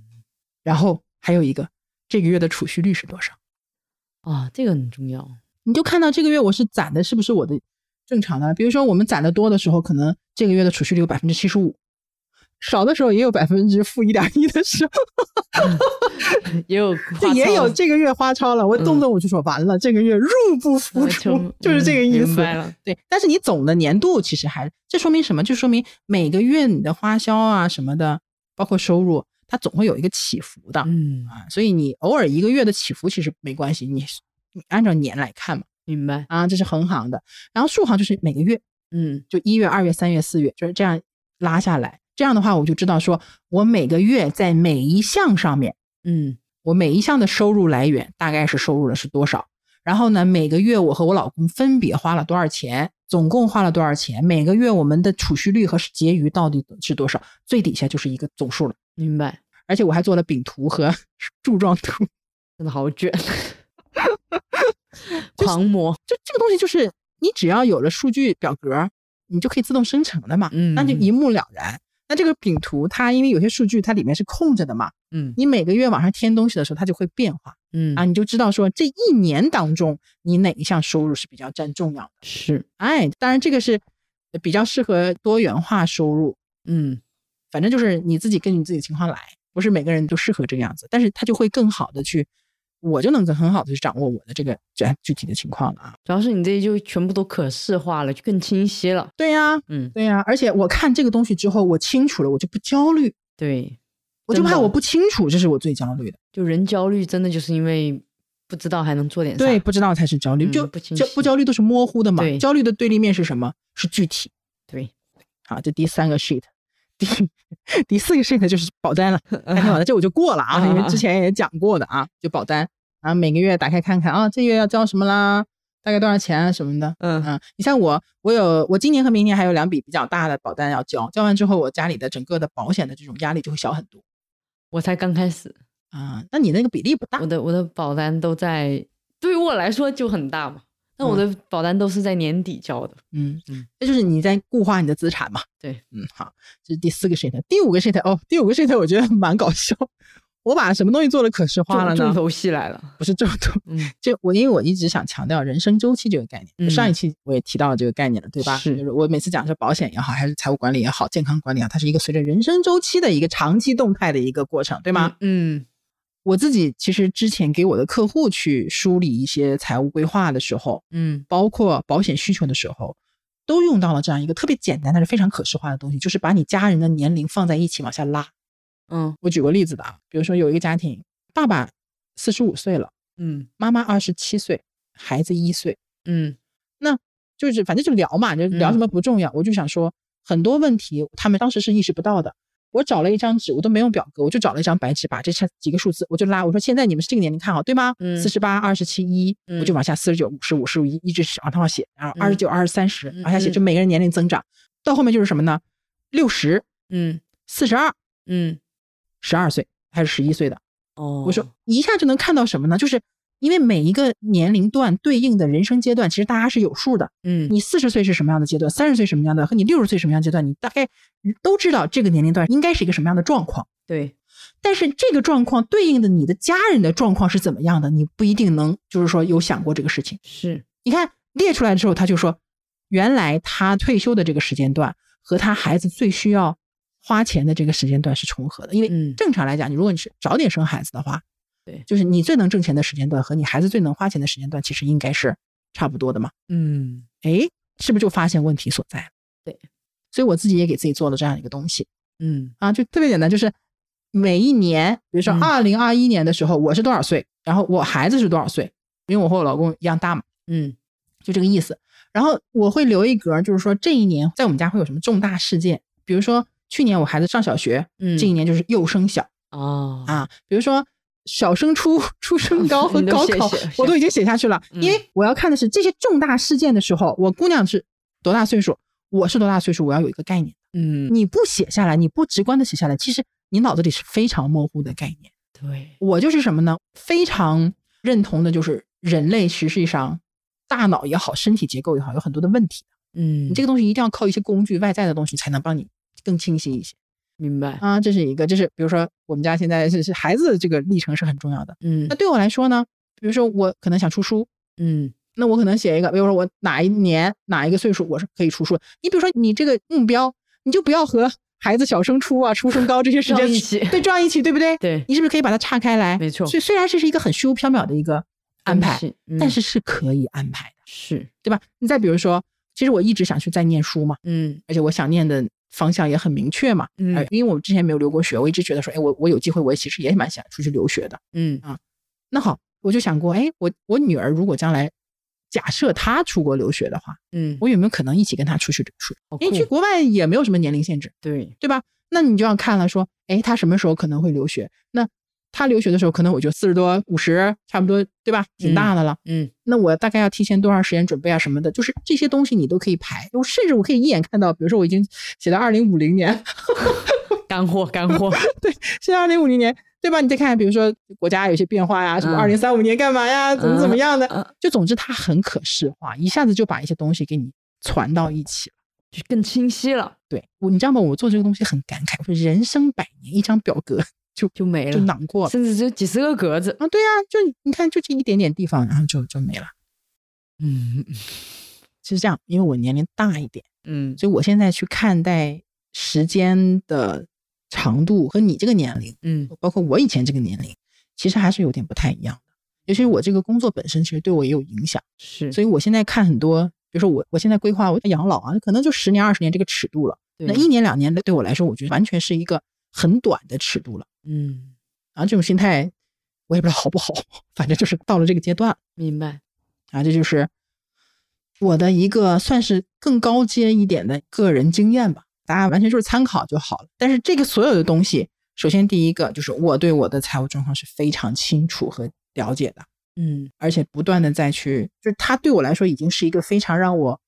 然后还有一个这个月的储蓄率是多少，啊，这个很重要。你就看到这个月我是攒的是不是我的正常的？比如说我们攒的多的时候，可能这个月的储蓄率有百分之七十五，少的时候也有百分之负一点一的时候，也 有嗯就花也糙有的这个月花超了，我动不动我就说完了，这个月入不敷花出糙，就是这个嗯意明思。白了，对，但是你总的年度其实还，这说明什么？就说明每个月你的花销啊什么的，包括收入，它总会有一个起伏的嗯，啊。所以你偶尔一个月的起伏其实没关系，你你按照年来看嘛。明白，啊，这是横行的。然后竖行就是每个月，嗯就一月、二月、三月、四月，就是这样拉下来。这样的话，我就知道说我每个月在每一项上面，嗯我每一项的收入来源大概是收入的是多少。然后呢，每个月我和我老公分别花了多少钱，总共花了多少钱，每个月我们的储蓄率和结余到底是多少，最底下就是一个总数了。明白，而且我还做了饼图和 柱状图，真的好卷， 狂魔，就这个东西就是你只要有了数据表格，你就可以自动生成的嘛，嗯那就一目了然。那这个饼图它因为有些数据它里面是空着的嘛，嗯你每个月往上添东西的时候它就会变化嗯啊，你就知道说这一年当中你哪一项收入是比较占重要的。是，哎，当然这个是比较适合多元化收入，嗯反正就是你自己根据你自己情况来，不是每个人都适合这个样子，但是他就会更好的去，我就能更很好的去掌握我的这个具具体的情况了啊。主要是你这就全部都可视化了，就更清晰了，对呀、嗯，对呀、而且我看这个东西之后，我清楚了，我就不焦虑，对，我就真怕的我不清楚，这是我最焦虑的。就人焦虑真的就是因为不知道还能做点啥，对，不知道才是焦虑，嗯就不清焦晰不焦虑都是模糊的嘛。对焦虑的对立面是什么？是具体。对，好，这第三个 sheet，第第四个 sheet 就是保 单了。哎，天了，这我就过了啊，因为之前也讲过的啊，就保单啊，每个月打开看看啊，这月要交什么啦，大概多少钱啊什么的。嗯嗯，你像我，我有我今年和明年还有两笔比较大的保单要交，交完之后，我家里的整个的保险的这种压力就会小很多。我才刚开始，啊，那你那个比例不大我的我的保单都在，对于我来说就很大嘛，那我的保单都是在年底交的，嗯嗯，这就是你在固化你的资产嘛。对，嗯，好，这是第四个 sheet，第五个 sheet 哦，第五个 sheet 我觉得蛮搞笑，我把什么东西做的可视化了重重呢？头戏来了，不是这种东嗯，这我因为我一直想强调人生周期这个概念，就上一期我也提到了这个概念了，对吧？嗯是就是我每次讲是保险也好，还是财务管理也好，健康管理也好，它是一个随着人生周期的一个长期动态的一个过程，对吗？嗯？我自己其实之前给我的客户去梳理一些财务规划的时候，嗯包括保险需求的时候，都用到了这样一个特别简单但是非常可视化的东西，就是把你家人的年龄放在一起往下拉。嗯我举个例子的啊，比如说有一个家庭，爸爸四十五岁了，嗯妈妈二十七岁，孩子一岁。嗯嗯，那就是反正就聊嘛，就聊什嗯么不重要。我就想说，很多问题他们当时是意识不到的。我找了一张纸，我都没用表格，我就找了一张白纸，把这几个数字我就拉。我说现在你们是这个年龄看好对吗？嗯四十八、二十七、一，嗯我就往下四十九、五十、五十五一，一直往上写，然后二十九、二十三、十嗯往下写，嗯就每个人年龄增长。到后面就是什么呢？六十、嗯四十二、嗯，十二岁还是十一岁的？哦，我说一下就能看到什么呢？就是因为每一个年龄段对应的人生阶段，其实大家是有数的。嗯，你四十岁是什么样的阶段，三十岁什么样的，和你六十岁什么样的阶段，你大概都知道这个年龄段应该是一个什么样的状况。对，但是这个状况对应的你的家人的状况是怎么样的，你不一定能就是说有想过这个事情。是，你看列出来之后，他就说，原来他退休的这个时间段和他孩子最需要花钱的这个时间段是重合的，因为嗯正常来讲，你如果你是早点生孩子的话，对就是你最能挣钱的时间段和你孩子最能花钱的时间段，其实应该是差不多的嘛。嗯哎，是不是就发现问题所在了？对，所以我自己也给自己做了这样一个东西嗯啊，就特别简单，就是每一年，比如说嗯二零二一年的时候，我是多少岁，然后我孩子是多少岁，因为我和我老公一样大嘛，嗯就这个意思。然后我会留一格，就是说这一年在我们家会有什么重大事件，比如说去年我孩子上小学，嗯，这一年就是幼升小哦，啊，比如说。小升初、 初升高 和你都高写考写，我都已经写下去了，嗯因为我要看的是这些重大事件的时候，我姑娘是多大岁数，我是多大岁数，我要有一个概念。嗯，你不写下来，你不直观的写下来，其实你脑子里是非常模糊的概念。对，我就是什么呢？非常认同的就是人类实际上大脑也好，身体结构也好，有很多的问题。嗯，你这个个东西一定要靠一些工具、外在的东西才能帮你更清晰一些明白，啊。这是一个，这是比如说我们家现在是是孩子的这个历程是很重要的。嗯那对我来说呢，比如说我可能想出书，嗯那我可能写一个，比如说我哪一年哪一个岁数我是可以出书的。你比如说你这个目标，你就不要和孩子小升初啊、初升高这些时撞间一起对，撞一起，对不对？对你是不是可以把它岔开来？没错所以虽然这是一个很虚无缥缈的一个安东排，，西嗯但是是可以安排的，是，对吧？你再比如说，其实我一直想去再念书嘛，嗯而且我想念的方向也很明确嘛。嗯呃因为我之前没有留过学，我一直觉得说，哎，我我有机会，我也其实也蛮想出去留学的。嗯那好，我就想过，哎，我我女儿如果将来假设她出国留学的话，嗯，我有没有可能一起跟她出去留学？好因为去酷国外也没有什么年龄限制，对，对吧？那你就要看了，说，哎，她什么时候可能会留学？那她留学的时候，可能我就四十多、五十，差不多，对吧？挺大的了。嗯那我大概要提前多长时间准备啊？什么的，就是这些东西你都可以排。我甚至我可以一眼看到，比如说我已经写到二零五零年，干货干货， 现在二零五零年，对吧？你再看，比如说国家有些变化呀，什么二零嗯三五年干嘛呀，怎么怎么样的，嗯嗯就总之它很可视化，一下子就把一些东西给你传到一起了。就更清晰了，对我，你知道吗？我做这个东西很感慨，我说人生百年，一张表格就就没就了，囊括了甚至只有几十个格子，啊！对呀、就你看，就这一点点地方，然后就就没了。嗯是这样，因为我年龄大一点，嗯所以我现在去看待时间的长度和你这个年龄。嗯包括我以前这个年龄，其实还是有点不太一样的。尤其是我这个工作本身，其实对我也有影响，是，所以我现在看很多，比如说我我现在规划我养老啊，可能就十年二十年这个尺度了。以那一年两年对我来说，我觉得完全是一个很短的尺度了。嗯然后这种心态，我也不知道好不好， 反正就是到了这个阶段明白，啊，这就是我的一个算是更高阶一点的个人经验吧。大家完全就是参考就好了。但是这个所有的东西，首先第一个就是我对我的财务状况是非常清楚和了解的，嗯而且不断的再去，就是它对我来说已经是一个非常让我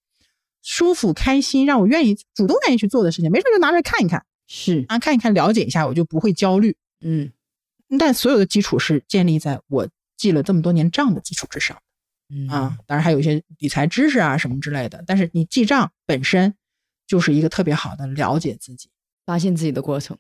舒服、开心，让我愿意主动愿意去做的事情。没事就拿出来看一看是，啊，看一看，了解一下，我就不会焦虑。嗯但所有的基础是建立在我记了这么多年账的基础之上。嗯啊，当然还有一些理财知识啊什么之类的。但是你记账本身就是一个特别好的了解自己发现自己的过程，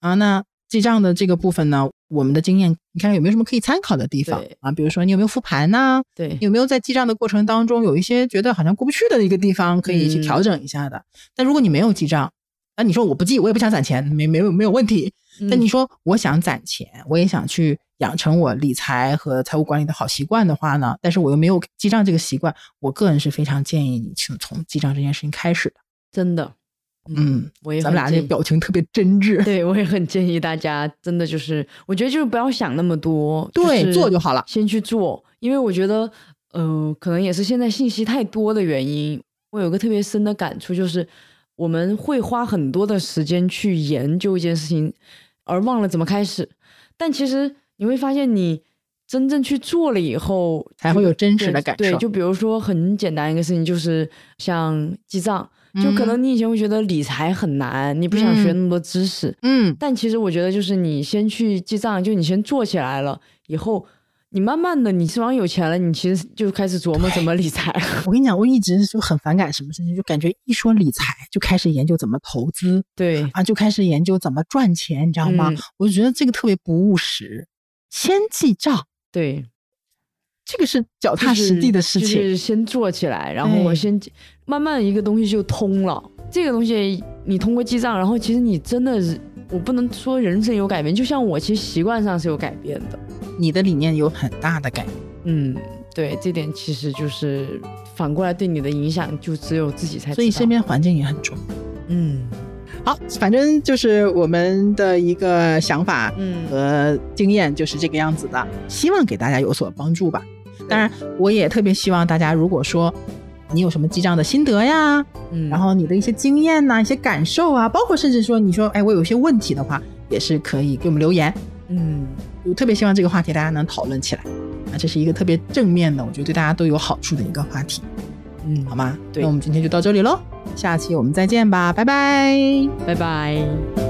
啊。那记账的这个部分呢，我们的经验，你看有没有什么可以参考的地方对啊？比如说你有没有复盘呐、对，有没有在记账的过程当中有一些觉得好像过不去的一个地方，可以去嗯调整一下的？但如果你没有记账，那你说我不记，我也不想攒钱，没没有没有问题。那但你说我想攒钱，我也想去养成我理财和财务管理的好习惯的话呢，但是我又没有记账这个习惯，我个人是非常建议你去从记账这件事情开始的。真的，嗯，我也咱们很俩这建议表情特别真挚，对，我也很建议大家，真的就是，我觉得就是不要想那么多，对是做就好了先去做，因为我觉得呃，可能也是现在信息太多的原因，我有个特别深的感触，就是我们会花很多的时间去研究一件事情，而忘了怎么开始。但其实你会发现，你真正去做了以后，才会有真实的感受对，就比如说很简单一个事情，就是像记账，就嗯可能你以前会觉得理财很难，你不想学那么多知识，嗯，但其实我觉得，就是你先去记账，就你先做起来了，以后你慢慢的，你手上有钱了，你其实就开始琢磨怎么理财了。 我跟你讲，我一直就很反感什么事情，就感觉一说理财就开始研究怎么投资对，啊，就开始研究怎么赚钱，你知道吗？嗯我就觉得这个特别不务实。先记账，对，这个是脚踏就是实地的事情。就是先做起来，然后我对先慢慢一个东西就通了。这个东西你通过记账，然后其实你真的是，我不能说人生有改变，就像我其实习惯上是有改变的。你的理念有很大的改变。嗯，对，这点其实就是反过来对你的影响，就只有自己才知道。所以身，边环境也很重要。嗯好，反正就是我们的一个想法嗯，和经验就是这个样子的，希望给大家有所帮助吧。当然，我也特别希望大家，如果说你有什么记账的心得呀，嗯，然后你的一些经验呐、一些感受啊，包括甚至说你说，哎，我有一些问题的话，也是可以给我们留言。嗯。我特别希望这个话题大家能讨论起来啊，这是一个特别正面的，我觉得对大家都有好处的一个话题，嗯，好好，吗？对那我们今天就到这里喽，下期我们再见吧，拜拜。拜拜。